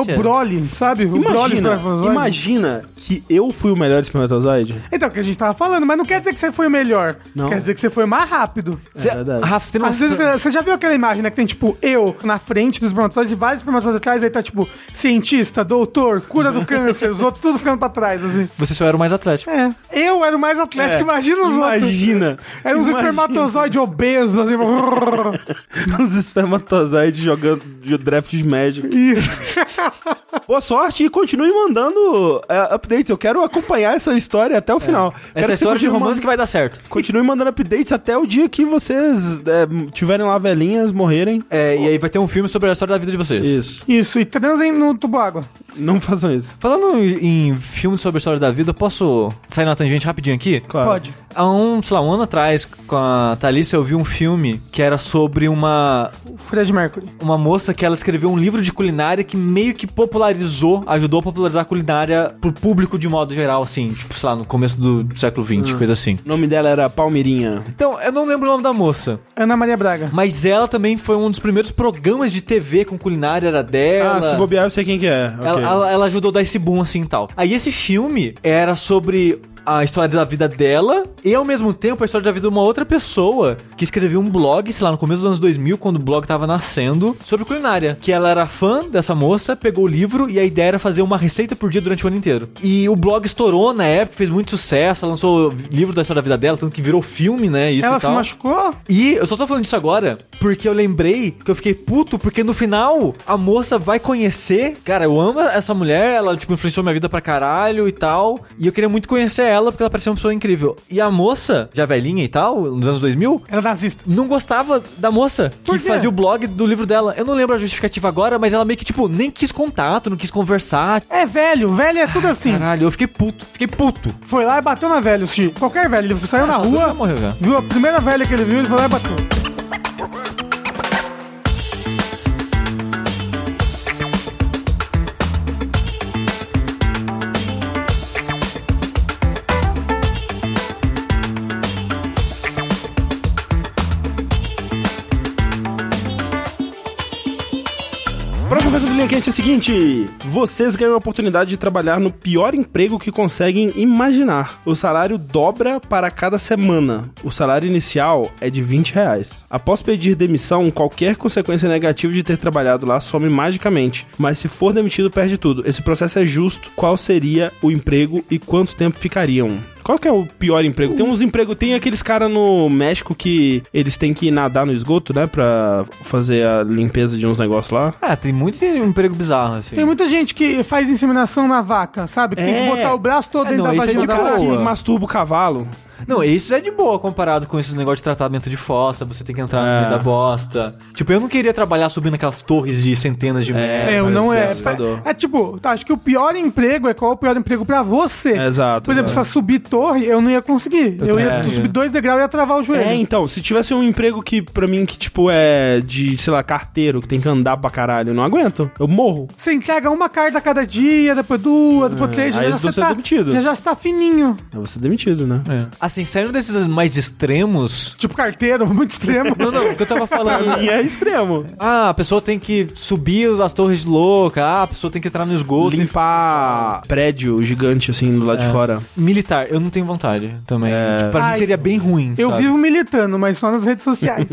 S2: É o Broly, sabe? O Broly
S1: Imagina,
S2: um espermatozoide.
S1: imagina que eu fui o melhor espermatozoide.
S2: Então, o que a gente tava falando, mas não quer dizer que você foi o melhor.
S1: Não.
S2: Quer dizer que você foi mais rápido.
S3: Cê-
S1: É verdade.
S3: Rafa, você tem
S2: Às vezes
S3: noção...
S2: você você já viu aquela imagem, né? Que tem tipo eu na frente dos espermatozoides e vários espermatozoides atrás, aí tá tipo cientista, doutor, cura do câncer, os outros tudo ficando pra trás, assim.
S3: Você só era o mais atlético.
S2: É. Eu era o mais
S1: É.
S2: atlético, imagina os outros.
S1: Imagina.
S3: É
S2: Era uns
S1: Imagina. [laughs]
S2: espermatozoides obesos, assim.
S1: Os espermatozoides jogando de draft de Magic.
S2: [laughs] Isso.
S1: Boa sorte e continue mandando é, updates. Eu quero acompanhar essa história até o final. Quero
S3: Essa é
S1: que
S3: a
S1: você
S3: história de
S1: continue
S3: romance
S1: mandando-
S3: que vai dar certo.
S1: Continue mandando updates até o dia que vocês é, tiverem lá velhinhas, morrerem. É
S3: É, e aí vai ter um filme sobre a história da vida de vocês.
S1: Isso.
S2: Isso, e transem no tubo água.
S1: Não façam isso.
S3: Falando em em filmes sobre a história da vida, eu posso sair na tangente rapidinho aqui?
S1: Claro.
S2: Pode.
S3: Há um, sei lá, um ano atrás, com a Thalissa, eu vi um filme que era sobre uma,
S2: O Fred Mercury.
S3: uma moça que ela escreveu um livro de culinária que meio que popularizou, ajudou a popularizar a culinária pro público de modo geral, assim, tipo, sei lá, no começo do século
S1: Hum.
S3: XX, coisa assim.
S1: O nome dela era Palmirinha.
S3: Então, eu não lembro o nome da moça,
S2: Ana Maria Braga.
S3: mas ela também foi um dos primeiros programas de TV com culinária, era dela.
S1: Ah, se bobear, eu sei quem que é.
S3: Ela,
S1: Ok.
S3: ela- ela ajudou a dar esse boom assim e tal. Aí esse filme era sobre a história da vida dela e ao mesmo tempo a história da vida de uma outra pessoa que escreveu um blog, sei lá, no começo dos anos 2000, quando o blog tava nascendo, sobre culinária. Que ela era fã dessa moça, pegou o livro e a ideia era fazer uma receita por dia durante o ano inteiro. E o blog estourou na época, fez muito sucesso, ela lançou livro da história da vida dela, tanto que virou filme, né? Isso
S2: Ela
S3: e
S2: se
S3: tal.
S2: machucou?
S3: E eu só tô falando disso agora porque eu lembrei que eu fiquei puto, porque no final a moça vai conhecer. Cara, eu amo essa mulher, ela, tipo, influenciou minha vida pra caralho e tal. E eu queria muito conhecer ela porque ela parecia uma pessoa incrível. E a moça, já velhinha e tal, nos anos 2000.
S2: Era nazista.
S3: Não gostava da moça que
S2: Por quê?
S3: fazia o blog do livro dela. Eu não lembro a justificativa agora, mas ela meio que, tipo, nem quis contato, não quis conversar.
S2: É velho, velho é tudo assim.
S3: Caralho, eu fiquei puto, fiquei puto.
S2: Foi lá e bateu na velha, o Xi. Qualquer velho. Ele saiu na
S3: Já
S2: rua,
S3: morreu, já.
S2: viu a primeira velha que ele viu, ele foi lá e bateu.
S1: Colinha Quente é o seguinte: vocês ganham a oportunidade de trabalhar no pior emprego que conseguem imaginar. O salário dobra para cada semana. O salário inicial é de 20 reais. Após pedir demissão, qualquer consequência negativa de ter trabalhado lá some magicamente. Mas se for demitido, perde tudo. Esse processo é justo. Qual seria o emprego e quanto tempo ficariam? Qual que é o pior emprego? Tem uns empregos, tem aqueles caras no México que eles têm que nadar no esgoto, né? Pra fazer a limpeza de uns negócios lá.
S3: Ah, tem muito emprego bizarro, assim.
S2: Tem muita gente que faz inseminação na vaca, sabe? Que tem
S1: É.
S2: que botar o braço todo
S3: É,
S2: dentro
S3: não,
S2: da
S3: isso é
S2: vagina
S1: de
S2: da
S1: cara
S2: vaca.
S1: que
S3: boa.
S1: masturba o cavalo.
S3: Não, isso é de boa comparado com esses negócios de tratamento de fossa, você tem que entrar
S1: É.
S3: no meio da bosta. Tipo, eu não queria trabalhar subindo aquelas torres de centenas de metros.
S2: É, eu não é.
S1: parece assustador.
S2: É tipo, tá, acho que o pior emprego é qual é o pior emprego pra você.
S1: É, exato,
S2: Por exemplo, se
S1: exato.
S2: eu subir torre, eu não ia conseguir. Eu,
S3: também
S2: ia
S3: não ia.
S2: subir dois degraus e ia travar o joelho.
S1: É, então, se tivesse um emprego que, pra mim, que, tipo, é de, sei lá, carteiro, que tem que andar pra caralho, eu não aguento. Eu morro.
S2: Você entrega uma carta a cada dia, depois duas, depois três,
S1: aí você é demitido.
S2: tá- já já está fininho.
S1: Eu vou ser demitido, né?
S3: Assim, saindo desses mais extremos.
S2: Tipo carteiro, [laughs] muito
S1: [laughs]
S2: extremo.
S3: Não, não, o que eu tava falando.
S1: [laughs]
S2: [laughs]
S1: E é extremo.
S3: Ah, a pessoa tem que subir as torres de louca, ah, a pessoa tem que entrar no esgoto.
S1: Limpar prédio gigante, assim, do lado de fora.
S3: Militar, eu não tenho vontade também.
S1: É.
S3: Tipo, pra
S2: Ai,
S3: mim seria bem ruim.
S2: Eu
S3: sabe?
S2: vivo militando, mas só nas
S1: [laughs]
S2: redes sociais.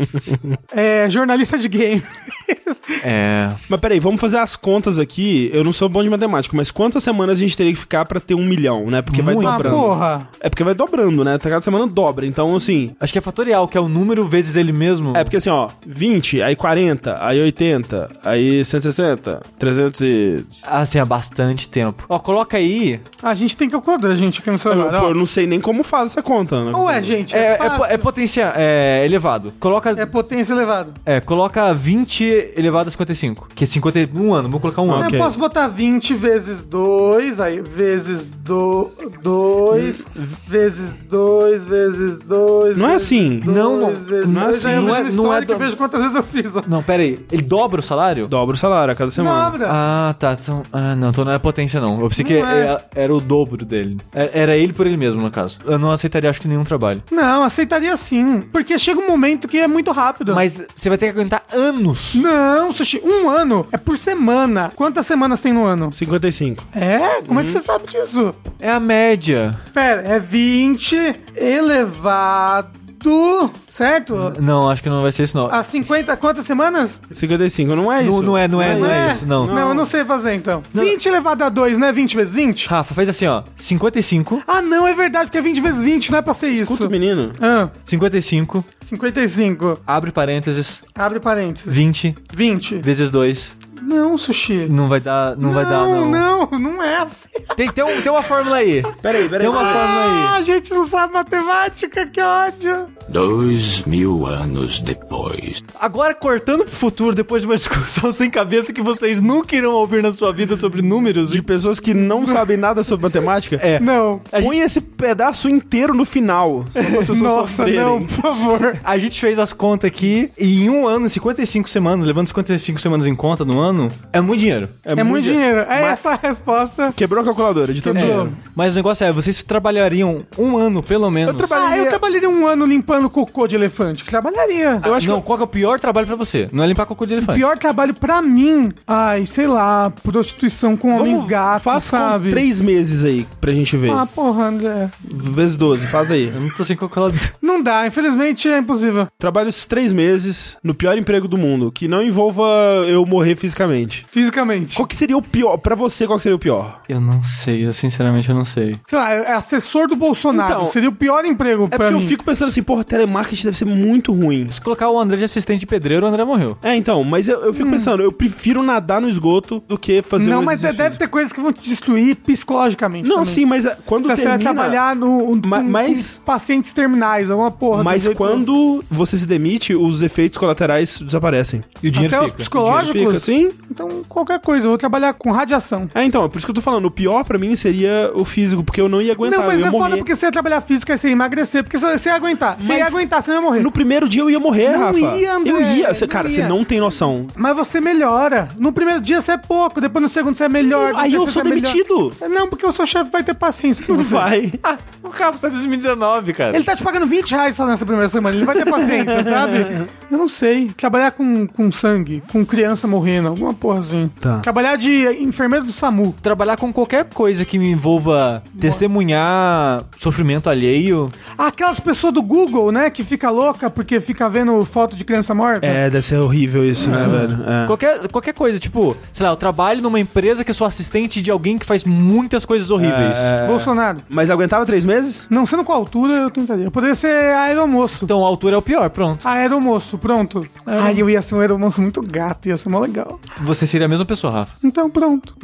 S2: é, jornalista de game. um-
S3: É.
S1: Mas peraí, vamos fazer as contas aqui. Eu não sou bom de matemática, mas quantas semanas a gente teria que ficar pra ter um milhão, né? Porque vai
S3: Muito.
S2: ah,
S1: dobrando.
S2: porra.
S1: É porque vai dobrando, né? Cada semana dobra. Então, assim,
S3: Acho que é fatorial, que é o número vezes ele mesmo.
S1: É porque assim, ó, 20, aí 40, aí 80, aí 160, 300 e...
S3: Assim, há bastante tempo. Ó, coloca aí.
S2: A gente tem calculadora, gente, aqui no
S1: Eu,
S2: celular.
S1: pô, eu
S2: ó.
S1: não sei nem como faz essa conta, né?
S2: Ué, gente,
S3: É,
S2: é,
S3: é, po-
S2: fácil.
S3: é potência é, elevado. Coloca.
S2: É potência elevada.
S3: É, coloca 20 elevado a 55. Que é 51 ano, vamos colocar um
S1: Ah,
S3: ano.
S1: ok.
S2: Eu posso botar 20 vezes 2, aí vezes 2, 2, vezes 2, vezes 2.
S1: Não é assim.
S3: Hum. Não, não.
S1: Não é assim.
S2: Aí eu
S3: Não é-
S2: vejo
S3: não é
S2: histórico e
S3: do-
S2: vejo quantas vezes eu fiz. ó.
S3: Não, pera aí. Ele dobra o salário?
S1: Dobra o salário a cada semana.
S2: Dobra.
S3: Ah, tá. Então, ah, não, então não era potência, não. Eu pensei que
S2: Não é.
S3: era, era o dobro dele. Era, era ele por ele mesmo, no caso. Eu não aceitaria, acho que, nenhum trabalho.
S2: Não, aceitaria sim. Porque chega um momento que é muito rápido.
S3: Mas você vai ter que aguentar anos.
S2: Não, Sushi, um ano é por semana. Quantas semanas tem no ano?
S1: 55.
S2: É? Como é
S3: Hum.
S2: que você sabe disso?
S3: É a média.
S2: Pera, é 20 elevado, certo?
S3: Não, acho que não vai ser isso, não.
S2: A 50, quantas semanas?
S1: 55, não é isso.
S3: não, não é, não é, não é isso, não.
S2: eu não sei fazer então. 20 elevado a 2, né? 20 vezes 20?
S3: Rafa, faz assim, ó. 55,
S2: Ah, não, é verdade, porque é 20 vezes 20, não é pra ser isso.
S1: Escuta o menino.
S2: Ah,
S3: 55,
S2: 55,
S3: abre parênteses,
S2: abre parênteses.
S3: 20
S2: 20.
S3: vezes 2.
S2: Não, Sushi.
S3: Não vai dar, não, vai dar, não.
S2: Não, não, não é assim.
S3: Tem, tem, um- tem uma fórmula aí.
S1: Peraí, peraí.
S3: Tem uma fórmula
S2: Ah,
S3: aí.
S2: a gente não sabe matemática, que ódio.
S4: Dois mil anos depois.
S3: Agora, cortando pro futuro, depois de uma [laughs] discussão sem cabeça que vocês nunca irão ouvir na sua vida sobre números.
S1: De pessoas que não sabem nada sobre matemática.
S3: É.
S2: Não.
S3: A gente-
S1: Põe esse pedaço inteiro no final. só pra pessoas
S2: Nossa,
S1: sofrerem.
S2: não, por favor.
S3: A gente fez as contas aqui e em um ano, 55 semanas, levando 55 semanas em conta no ano, é muito dinheiro.
S2: É, muito dinheiro. É essa a resposta.
S1: Quebrou a calculadora de tanto
S2: É.
S1: dinheiro.
S3: Mas o negócio é, vocês trabalhariam um ano, pelo menos.
S2: Ah, eu trabalharia um ano limpando cocô de elefante. Trabalharia.
S3: Eu acho não, qual que é o pior trabalho pra você? Não é limpar cocô de elefante.
S2: Pior trabalho pra mim, ai, sei lá, prostituição com homens gatos,
S1: faz
S2: sabe?
S1: com três meses aí pra gente ver.
S2: Ah, porra, André.
S1: Vezes 12, faz aí.
S3: Eu não tô sem calculador.
S2: Não dá, infelizmente é impossível.
S1: Trabalho esses três meses no pior emprego do mundo, que não envolva eu morrer fisicamente.
S2: Fisicamente.
S1: Qual que seria o pior? Pra você, qual que seria o pior?
S3: Eu não sei, eu sinceramente eu não sei.
S2: Sei lá, é assessor do Bolsonaro.
S1: Então,
S2: Seria o pior emprego
S1: É
S2: pra
S1: porque
S2: mim.
S1: eu fico pensando assim, porra, telemarketing deve ser muito ruim.
S3: Se colocar o André de assistente de pedreiro, o André morreu.
S1: É, então, mas eu, eu fico pensando, eu prefiro nadar no esgoto do que fazer
S2: Hum. Não,
S1: um
S2: mas é-
S1: exercício
S2: deve ter coisas que vão te destruir psicologicamente.
S1: físico. Não,
S2: também.
S1: sim, mas é, quando
S2: Você vai
S1: termina...
S2: trabalhar no, um-
S1: Ma-
S2: com-
S1: mas-
S2: com pacientes terminais, alguma porra.
S1: Mas
S2: 18 anos.
S1: quando você se demite, os efeitos colaterais desaparecem.
S3: E o dinheiro
S2: Até os
S3: fica.
S2: psicológicos.
S1: Fica assim?
S2: Então, qualquer coisa, eu vou trabalhar com radiação.
S1: É, então, é por isso que eu tô falando, o pior pra mim seria o físico, porque eu não ia aguentar,
S2: Não, mas
S1: eu ia
S2: é
S1: morrer.
S2: foda porque você ia trabalhar física, você ia emagrecer, porque você você ia aguentar. Você ia
S1: Mas-
S2: aguentar, você não ia morrer.
S1: No primeiro dia eu ia morrer,
S2: Não
S1: Rafa.
S2: ia, André,
S1: Eu ia. Você,
S2: não
S1: cara,
S2: ia.
S1: você não tem noção.
S2: Mas você melhora. No primeiro dia você é pouco, depois no segundo você é melhor.
S1: Aí
S2: depois
S1: eu
S2: você
S1: sou
S2: é melhor.
S1: demitido.
S2: Não, porque o seu chefe vai ter paciência com você.
S1: Vai.
S3: Ah, o Carlos tá em 2019, cara.
S2: Ele tá te pagando 20 reais só nessa primeira semana. Ele vai [laughs] ter paciência, sabe? Eu não sei. Trabalhar com, com sangue, com criança morrendo, alguma porra assim.
S1: Tá.
S2: Trabalhar de enfermeiro do SAMU.
S3: Trabalhar com qualquer coisa que me envolva testemunhar sofrimento alheio.
S2: Aquelas pessoas do Google, né, que fica louca porque fica vendo foto de criança morta.
S1: É, deve ser horrível isso, né, velho? É.
S3: Qualquer, qualquer coisa, tipo, sei lá, eu trabalho numa empresa que sou assistente de alguém que faz muitas coisas horríveis.
S1: É.
S2: Bolsonaro.
S1: Mas aguentava três meses?
S2: Não sendo com a altura, eu tentaria. Eu poderia ser aeromoço.
S3: Então a altura é o pior, pronto.
S2: Aeromoço, pronto. Ai, eu ia ser um aeromoço muito gato, ia ser mó legal.
S3: Você seria a mesma pessoa, Rafa.
S2: Então, pronto.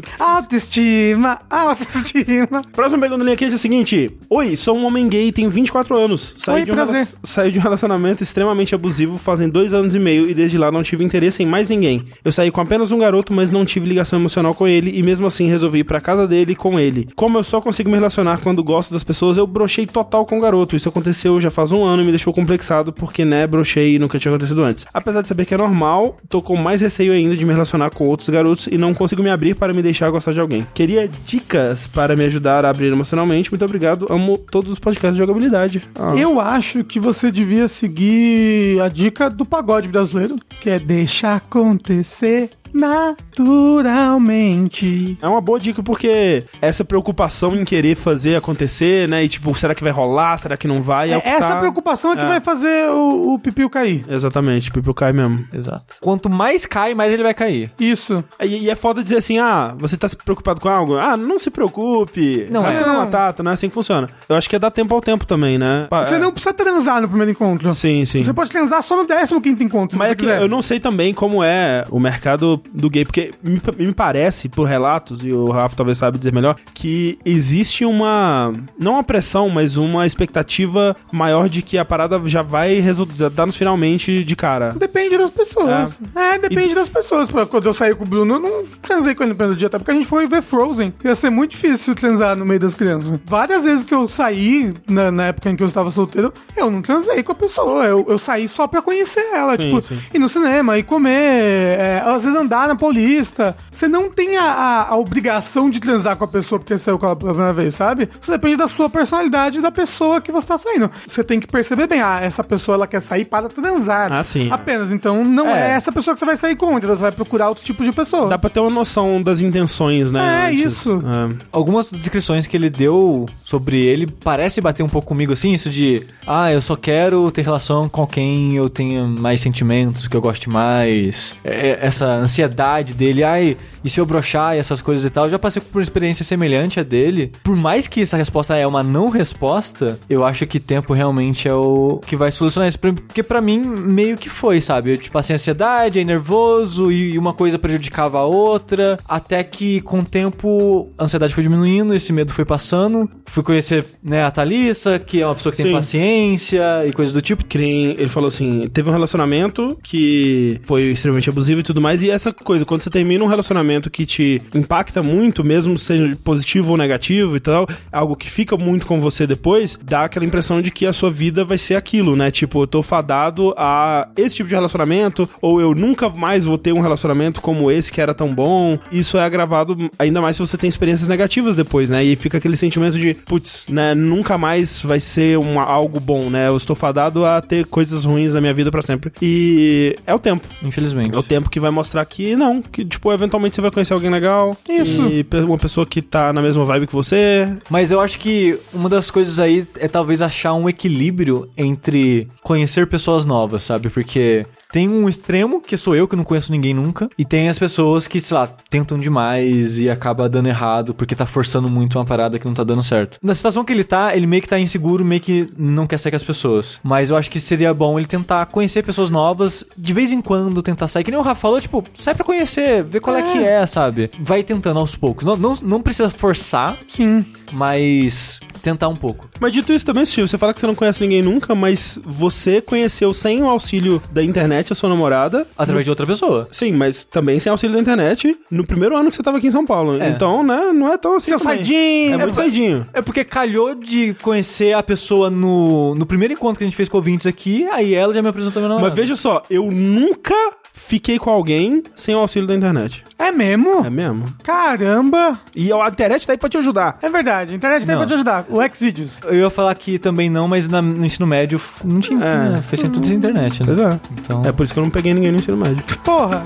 S2: Autoestima, autoestima.
S1: Próxima pergunta da linha quente é a seguinte: Oi, sou um homem gay, tenho 24 anos. Saí
S2: Oi,
S1: de um
S2: prazer.
S1: relac- Saí de um relacionamento extremamente abusivo fazem dois anos e meio e desde lá não tive interesse em mais ninguém. Eu saí com apenas um garoto, mas não tive ligação emocional com ele e mesmo assim resolvi ir pra casa dele com ele. Como eu só consigo me relacionar quando gosto das pessoas, eu brochei total com o garoto. Isso aconteceu já faz um ano e me deixou complexado porque, né, brochei e nunca tinha acontecido antes. Apesar de saber que é normal, tô com mais receio ainda de me relacionar com outros garotos e não consigo me abrir para me deixar gostar de alguém. Queria dicas para me ajudar a abrir emocionalmente. Muito obrigado. Amo todos os podcasts de jogabilidade. Ah.
S2: [laughs] Eu acho que você devia seguir a dica do pagode brasileiro, que é deixar acontecer naturalmente.
S1: É uma boa dica porque essa preocupação em querer fazer acontecer, né? E tipo, será que vai rolar? Será que não vai? É o que
S2: Essa
S1: tá-
S2: preocupação é que
S1: É.
S2: vai fazer o, o pipiu cair.
S1: Exatamente, tipo, cai mesmo.
S3: Exato. Quanto mais cai, mais ele vai cair.
S2: Isso.
S1: E, e é foda dizer assim, ah, você tá se preocupado com algo? Ah, não se preocupe.
S3: Não,
S1: Vai
S3: é.
S1: ter uma
S2: Não.
S1: Batata, não é assim que funciona. Eu acho que é dar tempo ao tempo também, né? Pa-
S2: Você
S1: é.
S2: não precisa transar no primeiro encontro.
S1: Sim, sim.
S2: Você pode transar só no 15 encontro, se
S1: Mas
S2: você
S1: é que
S2: quiser.
S1: eu não sei também como é o mercado do gay, porque me, me parece, por relatos, e o Rafa talvez saiba dizer melhor, que existe uma. Não uma pressão, mas uma expectativa maior de que a parada já vai resultar-nos finalmente de cara.
S2: Depende das pessoas. É, depende das pessoas. Pô, Quando eu saí com o Bruno, eu não transei com ele no primeiro dia, até porque a gente foi ver Frozen. Ia ser muito difícil transar no meio das crianças. Várias vezes que eu saí, na, na época em que eu estava solteiro, eu não transei com a pessoa. Eu, eu saí só pra conhecer ela. tipo,
S1: sim.
S2: ir no cinema, ir comer, é, às vezes andar na Paulista. Você não tem a, a- a obrigação de transar com a pessoa porque saiu com ela pela primeira vez, sabe? Isso depende da sua personalidade e da pessoa que você tá saindo. Você tem que perceber bem, ah, essa pessoa ela quer sair para transar.
S1: Ah, sim.
S2: Apenas. Então não é,
S1: É.
S2: essa pessoa que você vai sair com, então você vai procurar outro tipo de pessoa.
S1: Dá pra ter uma noção das intenções, né?
S2: É, isso.
S1: É.
S3: Algumas descrições que ele deu sobre ele parece bater um pouco comigo, assim, isso de ah, eu só quero ter relação com quem eu tenha mais sentimentos, que eu goste mais. É, é, essa ansiedade dele, ai, e se eu brochar e essas coisas e tal. Eu já passei por uma experiência semelhante a dele. Por mais que essa resposta é uma não resposta, eu acho que tempo realmente é o que vai solucionar isso. Porque pra mim, meio que foi, sabe? Eu, tipo, passei ansiedade, aí nervoso, e uma coisa prejudicava a outra, até que com o tempo a ansiedade foi diminuindo, esse medo foi passando. Fui conhecer, né, a Thalissa, que é uma pessoa que tem
S1: Sim.
S3: paciência e coisas do tipo.
S1: Que nem ele falou assim: teve um relacionamento que foi extremamente abusivo e tudo mais. E essa coisa, quando você termina um relacionamento que te impacta muito, mesmo sendo positivo ou negativo e tal, algo que fica muito com você depois, dá aquela impressão de que a sua vida vai ser aquilo, né? Tipo, eu tô fadado a esse tipo de relacionamento, ou eu nunca mais vou ter um relacionamento como esse que era tão bom. Isso é agravado ainda mais se você tem experiências negativas depois, né? E fica aquele sentimento de, putz, né? Nunca mais vai ser uma, algo bom, né? Eu estou fadado a ter coisas ruins na minha vida pra sempre. E é o tempo.
S3: Infelizmente.
S1: É o tempo que vai mostrar que não, que tipo, eventualmente você vai conhecer alguém legal.
S2: Isso.
S1: E pe- uma pessoa que tá na mesma vibe que você.
S3: Mas eu acho que uma das coisas aí é talvez achar um equilíbrio entre conhecer pessoas novas, sabe? Porque tem um extremo, que sou eu que não conheço ninguém nunca, e tem as pessoas que, sei lá, tentam demais e acaba dando errado porque tá forçando muito uma parada que não tá dando certo. Na situação que ele tá, ele meio que tá inseguro, meio que não quer sair com as pessoas. Mas eu acho que seria bom ele tentar conhecer pessoas novas, de vez em quando tentar sair. Que nem o Rafa falou, tipo, sai pra conhecer, ver qual é, que é, sabe? Vai tentando aos poucos. Não, não, não precisa forçar,
S2: Sim.
S3: mas tentar um pouco.
S1: Mas dito isso também, Steve, você fala que você não conhece ninguém nunca, mas você conheceu sem o auxílio da internet a sua namorada.
S3: Através de outra pessoa.
S1: Sim, mas também sem auxílio da internet no primeiro ano que você tava aqui em São Paulo.
S3: É.
S1: Então, né, não é tão assim.
S2: Seu
S1: também.
S2: saidinho.
S1: É muito saidinho.
S3: É porque calhou de conhecer a pessoa no, no primeiro encontro que a gente fez com ouvintes aqui, aí ela já me apresentou meu namorado.
S1: Mas veja só, eu nunca fiquei com alguém sem o auxílio da internet.
S2: É mesmo?
S1: É mesmo?
S2: Caramba.
S1: E a internet tá aí pra te ajudar.
S2: É verdade. A internet tem
S3: Não.
S2: pra te ajudar. O Xvideos.
S3: Eu ia falar que também não, mas na- no ensino médio não tinha.
S1: É.
S3: né? Foi sem tudo sem internet, né?
S1: Pois é.
S3: Então.
S1: É por isso que eu não peguei ninguém no ensino médio.
S2: Porra.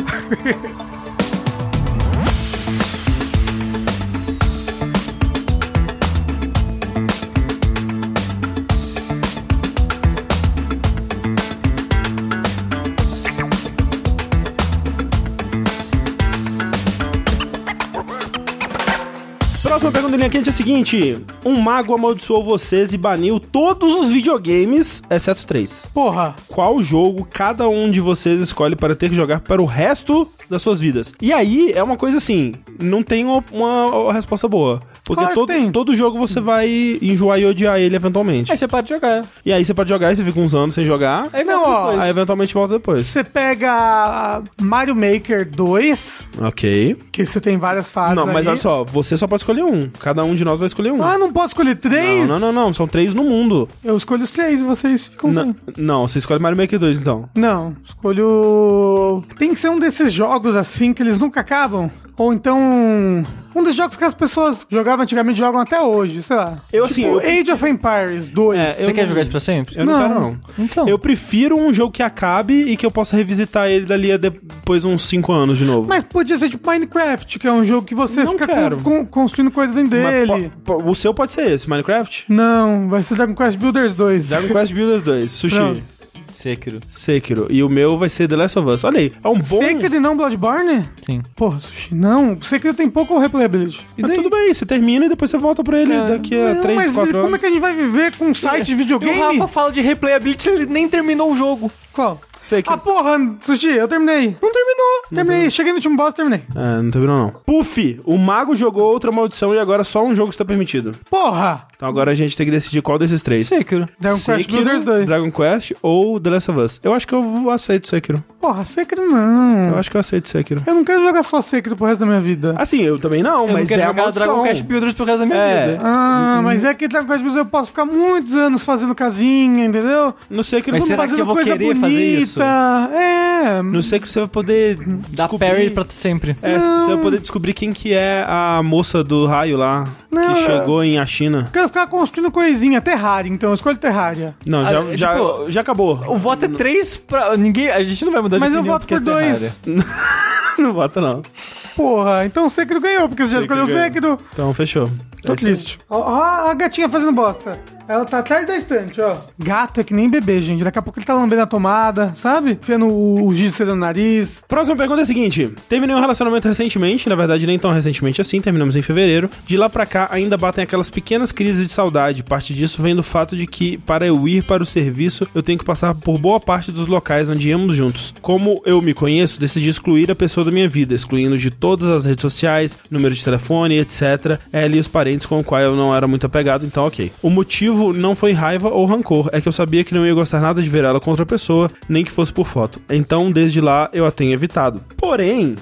S1: Próxima pergunta em linha quente é a seguinte: Um mago amaldiçoou vocês e baniu todos os videogames, exceto três.
S2: Porra.
S1: qual jogo cada um de vocês escolhe para ter que jogar para o resto das suas vidas. E aí é uma coisa assim, não tem uma, uma resposta boa. Porque
S2: Claro que tem.
S1: todo, todo jogo você vai enjoar e odiar ele eventualmente.
S5: Aí você para de jogar.
S1: E aí você pode jogar e você fica uns anos sem jogar,
S5: Aí
S2: Não,
S5: volta
S2: ó,
S5: depois.
S1: aí eventualmente volta depois.
S2: Você pega Mario Maker 2,
S1: Ok.
S2: que você tem várias fases.
S1: não, mas
S2: ali.
S1: olha só, você só pode escolher um. Cada um de nós vai escolher um.
S2: Ah, não posso escolher três?
S1: não, não, não, não, são três no mundo.
S2: Eu escolho os três e vocês ficam
S1: Na-
S2: sem.
S1: não, você escolhe Mario Maker 2 então.
S2: Não, escolho. Tem que ser um desses jogos assim que eles nunca acabam. Ou então. Um dos jogos que as pessoas jogavam antigamente jogam até hoje, sei lá.
S1: Eu, assim,
S2: Tipo,
S1: eu-
S2: Age of Empires 2.
S1: É,
S2: É,
S1: eu
S3: Você quer
S1: não-
S3: jogar isso pra sempre?
S1: Eu não,
S2: Não.
S1: quero, não.
S3: Então.
S1: Eu prefiro um jogo que acabe e que eu possa revisitar ele dali a depois uns 5 anos de novo.
S2: Mas podia ser tipo Minecraft, que é um jogo que você
S1: Não
S2: fica com-
S1: quero.
S2: com- construindo coisa dentro
S1: Mas
S2: dele.
S1: po- po- o seu pode ser esse, Minecraft?
S2: Não, vai ser Dragon Quest Builders 2.
S1: Dragon Quest Builders
S2: [laughs]
S1: 2, Sushi,
S2: Não.
S3: Sekiro.
S1: Sekiro. E o meu vai ser The Last of Us. Olha aí, é um bom...
S2: Sekiro e não Bloodborne?
S3: Sim.
S2: Porra, sushi, não. Sekiro tem pouco replayability.
S1: Mas tudo bem, você termina e depois você volta pra ele daqui a
S2: é Não,
S1: 3,
S2: mas
S1: 4
S2: como é
S1: anos.
S2: que a gente vai viver com um site de
S3: E o
S2: videogame?
S3: Rafa fala de replayability, ele nem terminou o jogo.
S2: Qual?
S1: Sekiro.
S2: Ah, porra, Sushi, eu terminei. Não terminou. Terminei, cheguei no último boss, terminei.
S1: É, não terminou não. Puff, o mago jogou outra maldição e agora só um jogo está permitido.
S2: Porra!
S1: Então agora a gente tem que decidir qual desses três.
S3: Sekiro.
S2: Dragon Quest
S1: Sekiro,
S2: Builders 2.
S1: Dragon Quest ou The Last of Us. Eu acho que eu vou- aceito Sekiro.
S2: Porra, Sekiro não.
S1: Eu
S2: Eu,
S1: acho que eu aceito Sekiro.
S2: não quero jogar só Sekiro pro resto da minha vida.
S1: Assim, eu também não,
S3: Eu
S1: mas
S3: não quero
S1: é a
S3: jogar
S1: maldição.
S3: Dragon Quest Builders pro resto da minha
S1: É.
S3: vida.
S2: Ah, mas é que Dragon Quest Builders eu posso ficar muitos anos fazendo casinha, entendeu?
S1: Não sei que
S3: Mas
S1: não
S3: será
S1: fazendo
S3: que eu vou
S1: coisa
S3: querer fazer isso?
S2: É.
S1: Não sei que você vai poder
S3: Dá
S1: descobrir.
S3: parry pra sempre.
S1: É,
S2: Não.
S1: você vai poder descobrir quem que é a moça do raio lá
S2: Não,
S1: que
S2: eu-
S1: chegou em a China.
S2: Quero ficar construindo coisinha, Terraria, então eu escolho Terraria.
S1: Não,
S3: Ah,
S1: já,
S3: tipo,
S1: já, já acabou.
S3: O voto é 3 pra. Ninguém. A gente não vai mudar
S2: Mas
S3: de
S2: eu
S3: opinião
S2: voto
S3: porque
S2: por
S3: é
S2: dois.
S3: Terraria.
S1: Não bota não.
S2: Porra, então o Sekiro ganhou, porque você já
S1: Sekiro
S2: escolheu o Sekiro.
S1: Então fechou.
S2: Tô triste. Ó, ó a gatinha fazendo bosta. Ela tá atrás da estante, ó. Gato é que nem bebê, gente. Daqui a pouco ele tá lambendo a tomada, sabe? Enfiando o, o giz no nariz.
S1: Próxima pergunta é a seguinte: terminei um relacionamento recentemente, na verdade nem tão recentemente assim, terminamos em fevereiro. De lá pra cá ainda batem aquelas pequenas crises de saudade. Parte disso vem do fato de que, para eu ir para o serviço, eu tenho que passar por boa parte dos locais onde íamos juntos. Como eu me conheço, decidi excluir a pessoa da minha vida, excluindo de todas as redes sociais, número de telefone, etc. Ela e os parentes com o qual eu não era muito apegado, então ok. O motivo não foi raiva ou rancor, é que eu sabia que não ia gostar nada de ver ela com outra pessoa, nem que fosse por foto. Então, desde lá, eu a tenho evitado. Porém,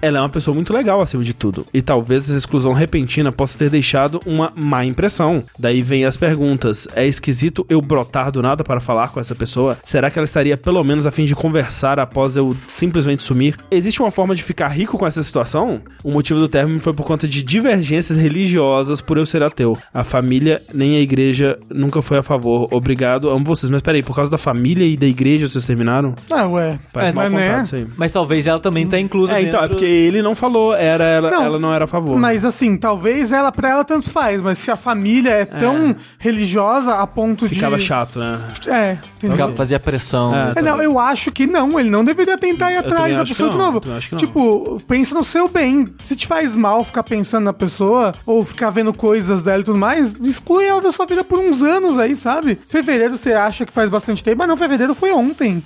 S1: ela é uma pessoa muito legal, acima de tudo. E talvez essa exclusão repentina possa ter deixado uma má impressão. Daí vem as perguntas. É esquisito eu brotar do nada para falar com essa pessoa? Será que ela estaria pelo menos a fim de conversar após eu simplesmente sumir? Existe uma forma de ficar rico com essa situação? O motivo do término foi por conta de divergências religiosas por eu ser ateu. A família nem a igreja nunca foi a favor. Obrigado, amo vocês. Mas peraí, por causa da família e da igreja vocês terminaram?
S2: Ah, ué.
S1: Parece
S3: É,
S1: mal
S2: mas
S1: contado
S2: né?
S1: isso aí.
S3: Mas talvez ela também tá inclusa.
S1: É, então, é
S3: dentro-
S1: porque ele não falou, era ela,
S2: Não,
S1: ela não era a favor.
S2: Mas assim, talvez ela pra ela tanto faz, mas se a família é tão religiosa a ponto
S1: Ficava
S2: de.
S1: chato, né?
S2: É, entendeu?
S3: Ficava, fazia pressão.
S1: É.
S2: É, não, eu acho que não, ele não deveria tentar ir atrás
S1: também
S2: da
S1: acho
S2: pessoa
S1: que
S2: de
S1: não,
S2: novo.
S1: eu também acho que não.
S2: Tipo, pensa no seu bem. Se te faz mal ficar pensando na pessoa, ou ficar vendo coisas dela e tudo mais, exclui ela da sua vida por uns anos aí, sabe? Fevereiro você acha que faz bastante tempo, mas não, fevereiro foi ontem.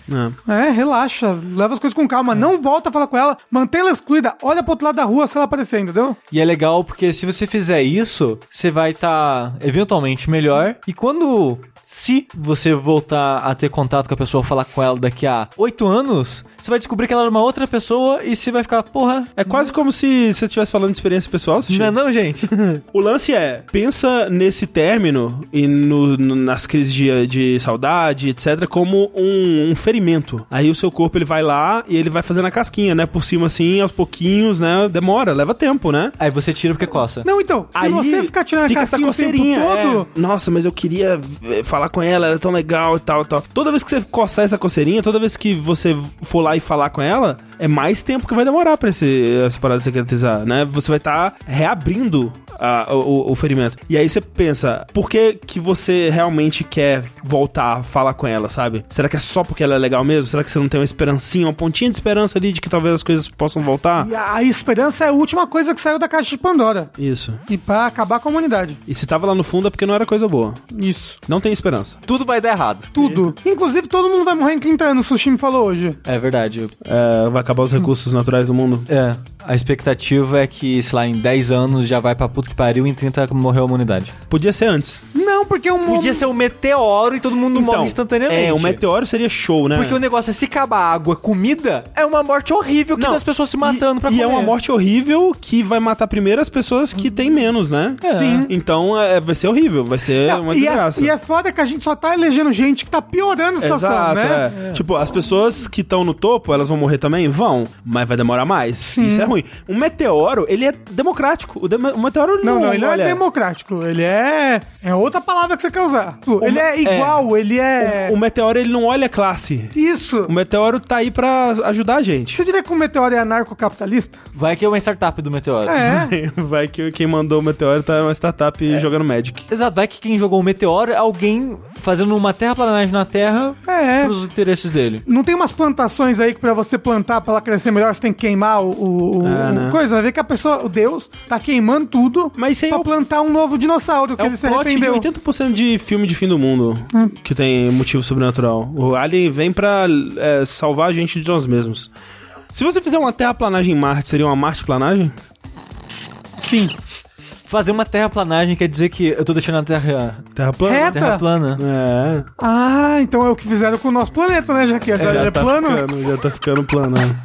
S1: É.
S2: É, relaxa, leva as coisas com calma, não volta a falar com ela, mantém ela excluída, olha pro outro lado da rua se ela aparecer, entendeu?
S3: E é legal porque se você fizer isso, você vai estar eventualmente melhor. E quando. Se você voltar a ter contato com a pessoa, falar com ela daqui a oito anos, você vai descobrir que ela era uma outra pessoa e você vai ficar, porra.
S1: É quase como se você estivesse falando de experiência pessoal, Sushi.
S3: Não é não, gente?
S1: O lance é, pensa nesse término e no- no- nas crises de, de saudade, etc, como um, um ferimento. Aí o seu corpo, ele vai lá e ele vai fazendo a casquinha, né? Por cima, assim, aos pouquinhos, né? Demora, leva tempo, né?
S3: Aí você tira porque coça.
S2: Não, então, se
S1: Aí
S2: você ficar tirando
S1: fica
S2: a
S1: essa
S2: casquinha o tempo
S1: coceirinha,
S2: todo,
S1: é. Nossa, mas eu queria eh, falar com ela, ela é tão legal e tal, e tal. Toda vez que você coçar essa coceirinha, toda vez que você for lá e falar com ela, é mais tempo que vai demorar pra esse, essa parada secretizar, né? Você vai estar reabrindo a- o, o ferimento. E aí você pensa, por que que você realmente quer voltar a falar com ela, sabe? Será que é só porque ela é legal mesmo? Será que você não tem uma esperancinha, uma pontinha de esperança ali de que talvez as coisas possam voltar?
S2: E a esperança é a última coisa que saiu da caixa de Pandora.
S1: Isso.
S2: E pra acabar com a humanidade.
S1: E se tava lá no fundo é porque não era coisa boa.
S2: Isso.
S1: Não tem esperança.
S3: Tudo vai dar errado.
S2: Tudo. Inclusive, todo mundo vai morrer em 30 anos, o Sushi me falou hoje.
S3: É verdade.
S1: É, vai acabar os recursos naturais do mundo.
S3: É. A expectativa é que, sei lá, em 10 anos já vai pra puta que pariu e em 30 morreu a humanidade.
S1: Podia ser antes.
S2: Não, porque um
S3: Podia ser um meteoro e todo mundo morre instantaneamente.
S1: É, um meteoro seria show, né?
S3: Porque o negócio é se acabar água, comida, é uma morte horrível que
S1: Não,
S3: das pessoas se matando
S1: e,
S3: pra
S1: E
S3: comer.
S1: é uma morte horrível que vai matar primeiro as pessoas que têm menos, né?
S3: É. Sim.
S1: Então é, vai ser horrível, vai ser
S2: Não,
S1: uma
S2: e, é,
S1: desgraça.
S2: e é foda que a gente só tá elegendo gente que tá piorando a situação,
S1: Exato,
S2: né?
S1: é. Tipo, as pessoas que estão no topo, elas vão morrer também? Vão, mas vai demorar mais. Isso é ruim. Um meteoro, ele é democrático. O, demo- o meteoro
S2: Não, não, ele não
S1: olha,
S2: é democrático. Ele é. É outra palavra que você quer usar. Ele é igual, ele é.
S1: O meteoro, ele não olha classe.
S2: Isso.
S1: O meteoro tá aí pra ajudar a gente.
S2: Você diria que o meteoro é anarcocapitalista?
S3: Vai que é uma startup do meteoro.
S2: É.
S1: [laughs] Vai que quem mandou o meteoro tá uma startup jogando Magic.
S3: Exato, vai que quem jogou o meteoro é alguém fazendo uma terraplanagem na Terra
S2: É.
S3: pros interesses dele.
S2: Não tem umas plantações aí que pra você plantar, pra ela crescer melhor, você tem que queimar o, o- o-
S1: É, né?
S2: coisa. Vai ver que a pessoa, o Deus, tá queimando tudo
S1: Mas isso aí
S2: pra
S1: é o-
S2: plantar um novo dinossauro que
S1: É um
S2: ele se
S1: plot de
S2: arrependeu. É.
S1: 80% de filme de fim do mundo que tem motivo sobrenatural. O Alien vem pra é, salvar a gente de nós mesmos. Se você fizer uma terraplanagem em Marte, seria uma Marte-planagem?
S2: Sim.
S3: Fazer uma terraplanagem quer dizer que eu tô deixando a Terra,
S1: Terra plana?
S2: Reta.
S3: terra plana.
S1: É.
S2: Ah, então é o que fizeram com o nosso planeta, né, já que é,
S1: já
S2: é
S1: tá
S2: plano.
S1: Ficando, já tá ficando plano. né?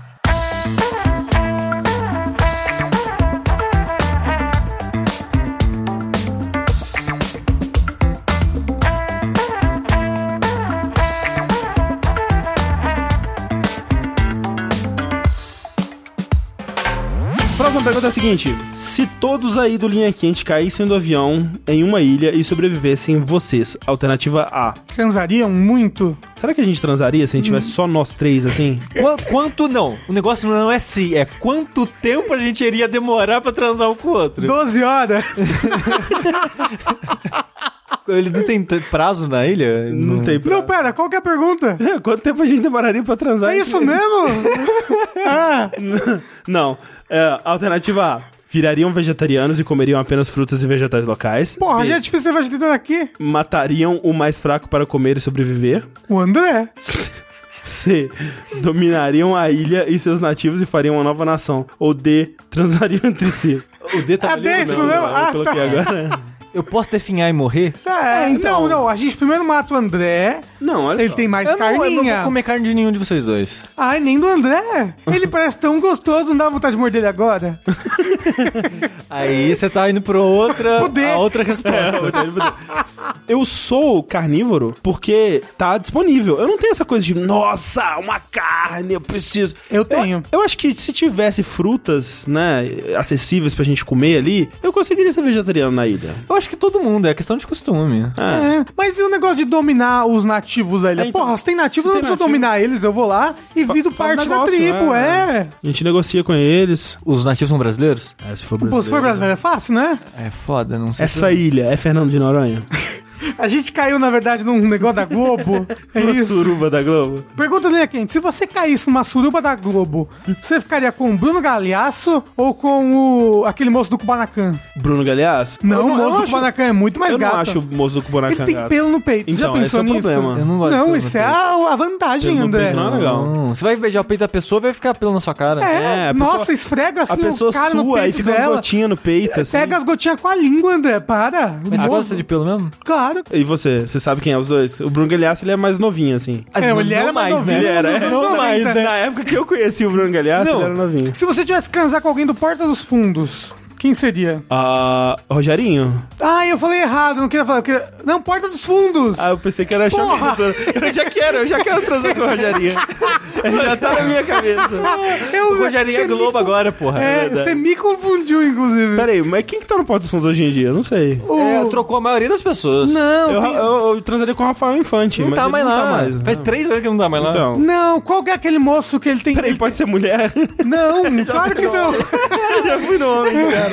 S1: Próxima pergunta é a seguinte: Se todos aí do Linha Quente caíssem do avião em uma ilha e sobrevivessem vocês, alternativa A.
S2: Transariam muito.
S1: Será que a gente transaria se a gente tivesse só nós três assim?
S3: Qua- quanto não? O negócio não é se, é quanto tempo a gente iria demorar pra transar um com o outro.
S2: 12 horas.
S3: Ele não tem t- prazo na ilha?
S1: Não tem pra...
S2: Não, pera, qual que é a pergunta?
S1: [laughs] Quanto tempo a gente demoraria pra transar?
S2: É isso mesmo?
S3: Ah,
S1: Não. É, alternativa A. Virariam vegetarianos e comeriam apenas frutas e vegetais locais.
S2: Porra,
S1: B,
S2: já é difícil ser vegetariano aqui.
S1: Matariam o mais fraco para comer e sobreviver.
S2: O André.
S1: C. Dominariam a ilha e seus nativos e fariam uma nova nação. Ou D. Transariam entre [laughs] si.
S3: O D tá
S2: Ah,
S3: valendo,
S2: D, isso
S3: não.
S2: mesmo?
S1: eu
S2: Ah,
S1: coloquei
S2: tá.
S1: agora.
S3: Eu posso definhar e morrer?
S2: É, Não, não, a gente primeiro mata o André.
S1: Não, olha
S2: Ele
S1: só.
S2: tem mais
S3: eu, não, eu não
S2: carninha.
S3: vou comer carne de nenhum de vocês dois.
S2: Ai, nem do André. Ele parece tão gostoso, não dá vontade de morder ele agora.
S3: Aí você tá indo pra [laughs] outra,
S2: Pro D.
S3: a outra [laughs] resposta.
S1: Eu sou carnívoro porque tá disponível. Eu não tenho essa coisa de, nossa, uma carne, eu preciso.
S2: Eu tenho.
S1: Eu, acho que se tivesse frutas, né, acessíveis pra gente comer ali, eu conseguiria ser vegetariano na ilha.
S3: Eu acho que todo mundo, é questão de costume.
S1: Ah,
S2: É. Mas e o negócio de dominar os nativos ali?
S1: É, então,
S2: Porra, se tem nativos,
S1: se
S2: eu não
S1: tem
S2: preciso
S1: nativo-
S2: dominar eles. Eu vou lá e
S1: Fa-
S2: viro
S1: faz
S2: parte da
S1: negócio,
S2: tribo,
S1: é,
S2: é.
S1: A gente negocia com eles.
S3: Os nativos são brasileiros?
S1: É, se for
S2: Pô, se for brasileiro é fácil, né?
S3: É foda, não sei.
S1: Essa ilha é Fernando de Noronha?
S2: A gente caiu, na verdade, num negócio
S1: [laughs]
S2: da Globo. [laughs] É
S1: Uma
S2: isso.
S1: Suruba da Globo?
S2: Pergunta ali, quente. Se você caísse numa suruba da Globo, você ficaria com o Bruno Galhaço ou com o aquele moço do Kubanacan?
S1: Bruno Galeasso?
S2: Não,
S1: Eu
S2: o moço
S1: eu
S2: do
S1: acho-
S2: Kubanacan é muito mais
S1: Eu
S2: gato.
S1: não acho o moço do Kubanacan
S2: Ele tem
S1: gato.
S2: pelo no peito.
S1: Então,
S2: Já
S1: esse
S2: pensou
S1: é o
S2: nisso?
S1: problema.
S3: Eu não gosto de
S2: Não,
S3: pelo no
S2: isso é
S3: peito.
S2: a, a vantagem,
S1: Pelo no
S2: André.
S1: peito não é legal.
S3: Hum, você vai beijar o peito da pessoa, vai ficar pelo na sua cara.
S2: É,
S1: É, a
S2: nossa,
S1: pessoa-
S2: esfrega assim
S1: A pessoa
S2: o cara no
S1: sua
S2: peito
S1: e fica umas
S2: dela.
S1: gotinhas no peito, assim.
S2: Pega as gotinhas com a língua, André, para.
S3: Mas você
S2: Moço,
S3: gosta de pelo mesmo?
S2: Claro.
S1: E você? Você sabe quem é os dois? O Bruno Galhaço, ele é mais novinho, assim.
S3: Ah,
S2: É,
S3: não-
S2: ele era
S3: não
S2: mais novinho.
S1: Ele era,
S2: Nos
S1: é,
S2: anos
S1: não mais,
S2: 90.
S1: né? Na época que eu conheci o Bruno Galhaço,
S3: Não.
S1: ele era novinho.
S2: Se você tivesse que transar com alguém do Porta dos Fundos, quem seria?
S1: Ah, Rogerinho.
S2: Ah, eu falei errado, não queria falar. Eu queria... Não, Porta dos Fundos.
S1: Ah, eu pensei que era choque
S2: Porra!
S1: cultura. Eu já quero, eu já quero transar com a [laughs] Rogerinha. já tá na minha cabeça.
S2: eu,
S3: O Rogerinho é
S2: você me
S3: Globo
S2: con-
S3: agora, porra.
S2: É,
S1: verdade.
S2: você me confundiu, inclusive.
S1: Peraí, mas quem que tá no Porta dos Fundos hoje em dia? Eu não sei.
S2: O-
S3: É, trocou a maioria das pessoas.
S2: Não,
S1: Eu,
S2: tem-
S1: eu, eu transaria com o Rafael Infante.
S3: não
S1: mas
S3: tá
S1: ele
S3: mais
S1: não
S3: lá.
S1: Tá mais.
S3: Faz
S1: Não.
S3: três anos que não tá mais lá.
S1: Então.
S2: não, qual que é aquele moço que ele tem...
S1: Peraí, pode ser [laughs] mulher?
S2: Não, claro que não.
S1: é. já fui no homem, cara.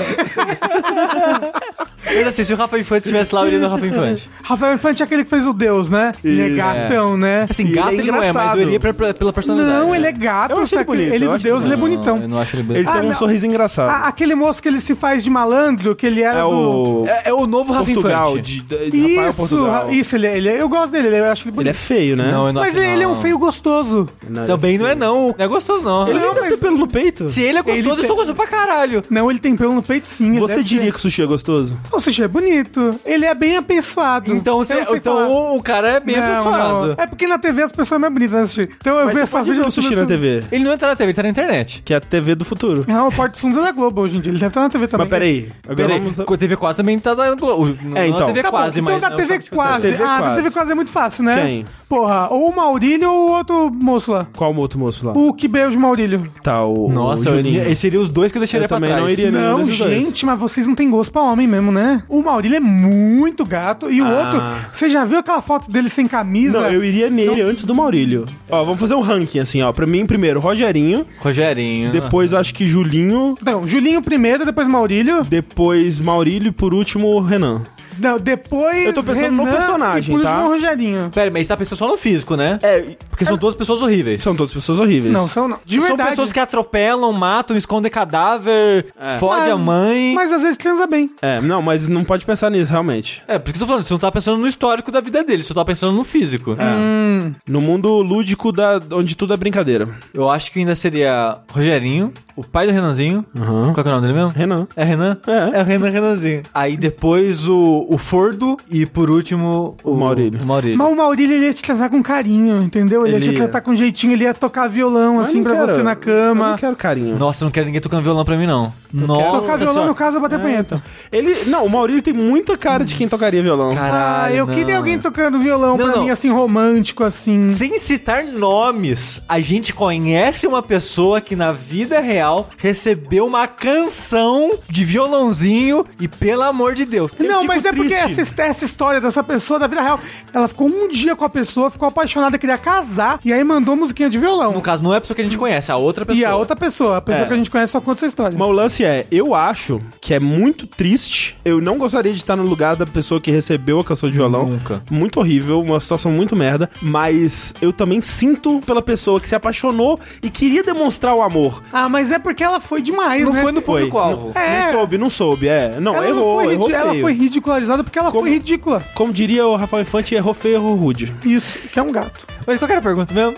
S3: Mas assim, se o Rafa Infante tivesse lá, eu iria no Rafa Infante.
S2: Rafael Infante é aquele que fez o Deus, né? Ele é gatão, né?
S3: Assim,
S1: ele
S3: gato
S1: é
S3: ele não é, mas
S1: engraçado.
S3: eu iria pra- pra- pela personalidade.
S2: Não,
S3: né?
S2: ele é gato,
S1: Eu achei
S2: só que
S1: bonito,
S2: ele
S1: eu
S2: do
S1: acho
S2: Deus,
S1: que
S2: ele é
S3: Não,
S2: bonitão.
S3: Eu não acho ele
S1: Ele
S3: bonito.
S2: Ah,
S1: tem um
S2: não.
S1: sorriso engraçado.
S2: A- aquele moço que ele se faz de malandro, que ele era
S1: é
S2: do...
S1: o...
S3: É, é o novo Rafa
S1: Portugal.
S3: Infante.
S1: De, de, de Rafael
S2: Isso,
S1: Portugal.
S2: Ra- isso, ele, é- ele é- eu gosto dele, ele- eu acho ele
S1: Ele é
S2: bonito.
S1: feio, né?
S3: Não, eu não
S2: Mas
S3: acho,
S2: ele é um
S3: não.
S2: feio gostoso.
S1: Não,
S3: Também não é, não. Não é gostoso, não.
S1: Ele
S2: Não,
S1: não, deve
S2: mas-
S1: ter pelo no peito.
S3: Se ele é gostoso, eu
S2: tem-
S3: sou gostoso pra caralho.
S2: Não, ele tem pelo no peito sim. ele
S1: Você
S2: deve
S1: diria que o sushi é gostoso?
S2: ter. O sushi é bonito. Ele é bem abençoado.
S3: Então, você-
S2: Eu não sei
S3: então
S2: falar.
S3: o, o cara é bem
S2: Não,
S3: abençoado.
S2: não. É porque na TV as pessoas não é bonita, né, sushi? Então eu
S1: Mas
S2: vejo
S1: você
S2: só
S1: pode
S2: vídeo
S1: ver
S2: do
S1: o sushi na TV,
S3: Ele não entra na TV, ele tá na internet.
S1: que é a TV do futuro.
S2: Não, o Porto dos Fundos é da Globo hoje em dia. Ele deve estar na TV também.
S1: Mas peraí, agora
S3: Peraí,
S1: vamos...
S3: a TV quase também tá na Globo. Não
S1: então.
S3: na TV
S2: Tá bom,
S3: quase,
S2: então
S3: mas... tipo,
S2: da TV quase.
S1: TV
S2: ah, da
S1: quase.
S2: TV quase é muito fácil, né?
S1: Quem?
S2: Porra, ou o Maurílio ou o outro moço lá.
S1: Qual o outro moço lá?
S2: O que beija o Maurílio.
S1: Tá, o...
S3: Nossa,
S1: o
S3: eu
S1: Juninho.
S3: iria, esses seriam os dois que eu deixaria
S1: Eu
S3: pra
S1: também
S3: trás.
S1: não iria nenhum
S2: Não, né?
S1: é um desses dois.
S2: gente, mas vocês não têm gosto pra homem mesmo, né? O Maurílio é muito gato. E o outro, você já viu aquela foto dele sem camisa?
S1: Ah. Não, eu iria nele antes do Maurílio. Ó, vamos fazer um ranking, assim, ó. Pra mim, primeiro, Rogerinho.
S3: Rogerinho.
S1: Depois, acho que Julinho.
S2: Então, Julinho primeiro, depois Maurílio.
S1: Depois, Maurílio. E por último, Renan.
S2: Não, depois.
S1: Eu tô pensando no personagem,
S2: e por
S1: tá?
S2: último, o Rogerinho.
S3: Pera, mas você tá pensando só no físico, né?
S1: É,
S3: Porque são duas pessoas horríveis.
S1: são todas pessoas horríveis.
S2: Não, são não. De
S3: são
S2: verdade.
S3: um pessoas que atropelam, matam, escondem cadáver, fode
S2: Mas-
S3: a mãe.
S2: Mas às vezes transa bem.
S1: É, não, mas não pode pensar nisso, realmente.
S3: É, por isso que eu tô falando, você não tá pensando no histórico da vida dele, você tá pensando no físico.
S1: É.
S3: É.
S2: Hum.
S1: No mundo lúdico da, onde tudo é brincadeira.
S3: Eu acho que ainda seria Rogerinho, o pai do Renanzinho.
S1: Uhum.
S3: Qual que é o nome dele mesmo?
S1: Renan.
S3: É Renan?
S1: É.
S3: É o Renan Renanzinho. Aí depois o, o Fordo e por último o,
S1: Maurílio.
S3: o Maurílio.
S2: Mas o Maurílio ele ia te tratar com carinho, entendeu? Ele, ia
S1: Ele
S2: te
S1: ia.
S2: tratar com jeitinho, ele ia tocar violão,
S1: Mas
S2: assim,
S1: não
S2: pra
S1: quero-
S2: você na
S1: Eu
S2: cama.
S1: não quero carinho.
S3: Nossa, eu não quero ninguém tocando violão pra mim, não.
S2: Tocar
S3: Nossa
S2: violão,
S3: senhora.
S2: no caso, é bater punheta.
S1: Ele, não, o Maurílio tem muita cara de quem tocaria violão.
S2: Ah,
S3: Caralho,
S2: eu
S3: não.
S2: queria alguém tocando violão
S3: Não,
S2: pra
S3: não.
S2: mim, assim, romântico, assim.
S3: Sem citar nomes, a gente conhece uma pessoa que na vida real recebeu uma canção de violãozinho e pelo amor de Deus. eu
S2: não,
S3: fico
S2: mas é porque
S3: tipo triste.
S2: essa, essa história dessa pessoa da vida real, ela ficou um dia com a pessoa, ficou apaixonada, queria casar, e aí mandou musiquinha de violão.
S3: No caso, não é a pessoa que a gente conhece, é a outra pessoa.
S2: E a outra pessoa, a pessoa
S1: É.
S2: que a gente conhece só conta essa história.
S1: Mas o lance é, eu acho que é muito triste. Eu não gostaria de estar no lugar da pessoa que recebeu a canção de violão.
S3: Nunca.
S1: Muito horrível, uma situação muito merda. Mas eu também sinto pela pessoa que se apaixonou e queria demonstrar o amor.
S2: Ah, mas é porque ela foi demais,
S3: Não
S2: né?
S3: foi no público-alvo.
S1: Não,
S2: É.
S1: não soube, não soube. É, não,
S2: Ela não
S1: errou,
S2: foi
S1: errou
S2: ridi-
S1: feio.
S2: Ela foi ridicularizada porque ela
S1: Como-
S2: foi ridícula.
S1: Como diria o Rafael Infante, errou feio, errou rude.
S2: Isso, que é um gato.
S3: Mas qual que era a pergunta mesmo?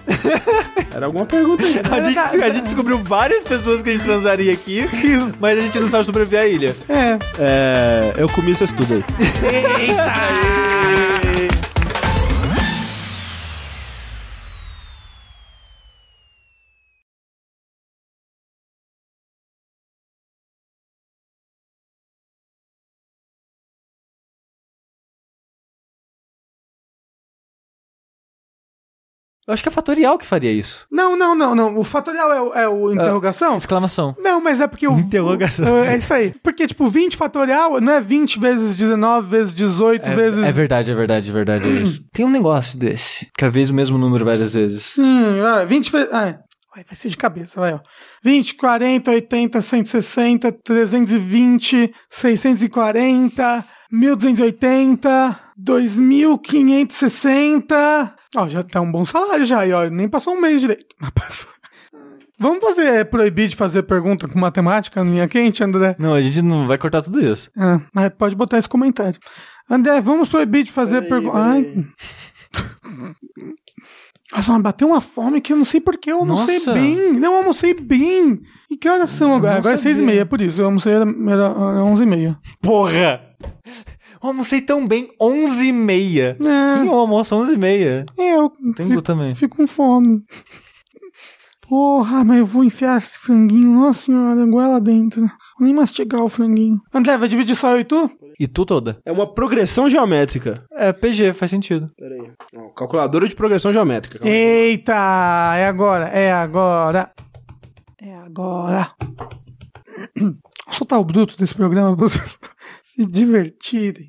S1: Era alguma pergunta aí. [laughs]
S3: [laughs] A [laughs] gente, a gente descobriu várias pessoas que a gente transaria aqui, mas a gente não sabe sobreviver à ilha.
S2: É.
S1: É, eu comi isso tudo aí.
S3: Eu acho que é fatorial que faria isso.
S2: Não, não, não, não. O fatorial é, o- é o interrogação?
S3: Exclamação.
S2: Não, mas é porque o.
S3: Ah, Interrogação.
S2: É isso aí. Porque, tipo, 20 fatorial não é 20 vezes 19 vezes 18 vezes.
S3: É verdade, é verdade, é verdade, é isso. Tem um negócio desse. Cada vez o mesmo número várias vezes.
S2: Hum, ah, 20 vezes. Ah, é. Ai, vai ser de cabeça, vai, ó. 20, 40, 80, 160, 320, 640, 1280, 2560. Ó, já tá um bom salário já aí, ó. Nem passou um mês direito. Mas passou. Vamos fazer proibir de fazer pergunta com matemática, linha quente, André?
S3: Não, a gente não vai cortar tudo isso.
S2: Ah, mas pode botar esse comentário. André, vamos proibir de fazer pergunta. Ai. Nossa, mas bateu uma fome que eu não sei porquê. Eu almocei
S3: Nossa.
S2: bem. Não, eu almocei bem. E que horas são agora? Agora é seis e meia, por isso. Eu almocei era, era, era onze e meia.
S3: Porra! Eu almocei tão bem, 11 e meia.
S2: É.
S3: Quem almoça 11 e meia?
S2: Eu
S3: Tem
S2: fico,
S3: também.
S2: fico com fome. Porra, mas eu vou enfiar esse franguinho, nossa senhora, goela dentro. Vou nem mastigar o franguinho. André, vai dividir só eu e tu?
S3: E tu toda.
S1: É uma progressão geométrica.
S3: É PG, faz sentido.
S1: Pera aí. Não, calculadora de progressão geométrica. Calma aí.
S2: Eita, é agora, é agora. É agora. Vou soltar o bruto desse programa pra vocês [laughs] se divertirem.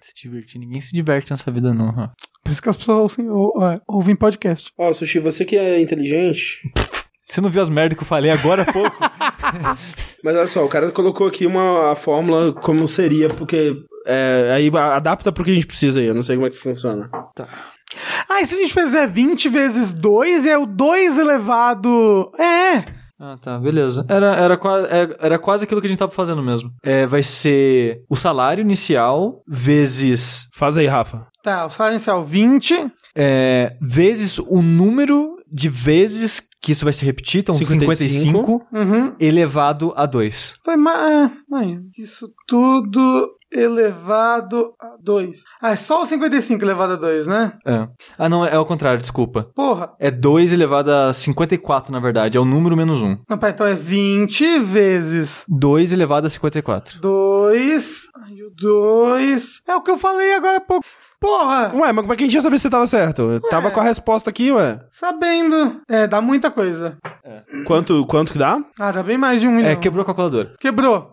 S3: Se divertir, ninguém se diverte nessa vida não. ó.
S2: Por isso que as pessoas ouçam- ou- é, ouvem podcast.
S1: Ó, Sushi, você que é inteligente.
S3: Você não viu as merdas que eu falei agora há [laughs] pouco?
S1: Mas olha só, o cara colocou aqui uma a fórmula como seria, porque. É, aí a- adapta pro que a gente precisa aí. Eu não sei como é que funciona.
S2: Ah, e se a gente fizer 20 vezes 2, é o 2 elevado. É!
S3: ah, tá, beleza. Era, era, qua- é- era quase aquilo que a gente tava fazendo mesmo. É, vai ser o salário inicial vezes
S1: Faz aí, Rafa.
S2: Tá, o salário inicial 20.
S3: é, vezes o número de vezes que isso vai se repetir, então
S1: 55.
S3: 55
S2: Uhum.
S3: elevado a 2.
S2: Foi mais. Isso tudo elevado a 2. Ah, é só o 55 elevado a 2, né?
S3: É. Ah, não, é ao contrário, desculpa.
S2: Porra.
S3: É 2 elevado a 54, na verdade. É o número menos 1.
S2: Não, pera, então é 20 vezes
S3: 2 elevado a 54.
S2: 2. Aí o 2. É o que eu falei agora há pouco. Porra!
S1: Ué, mas como é que a gente ia saber se você tava certo? Eu Tava com a resposta aqui, ué.
S2: Sabendo. É, dá muita coisa.
S1: Quanto, quanto que dá?
S2: Ah, dá bem mais de um milhão.
S3: É, quebrou a calculadora.
S2: Quebrou.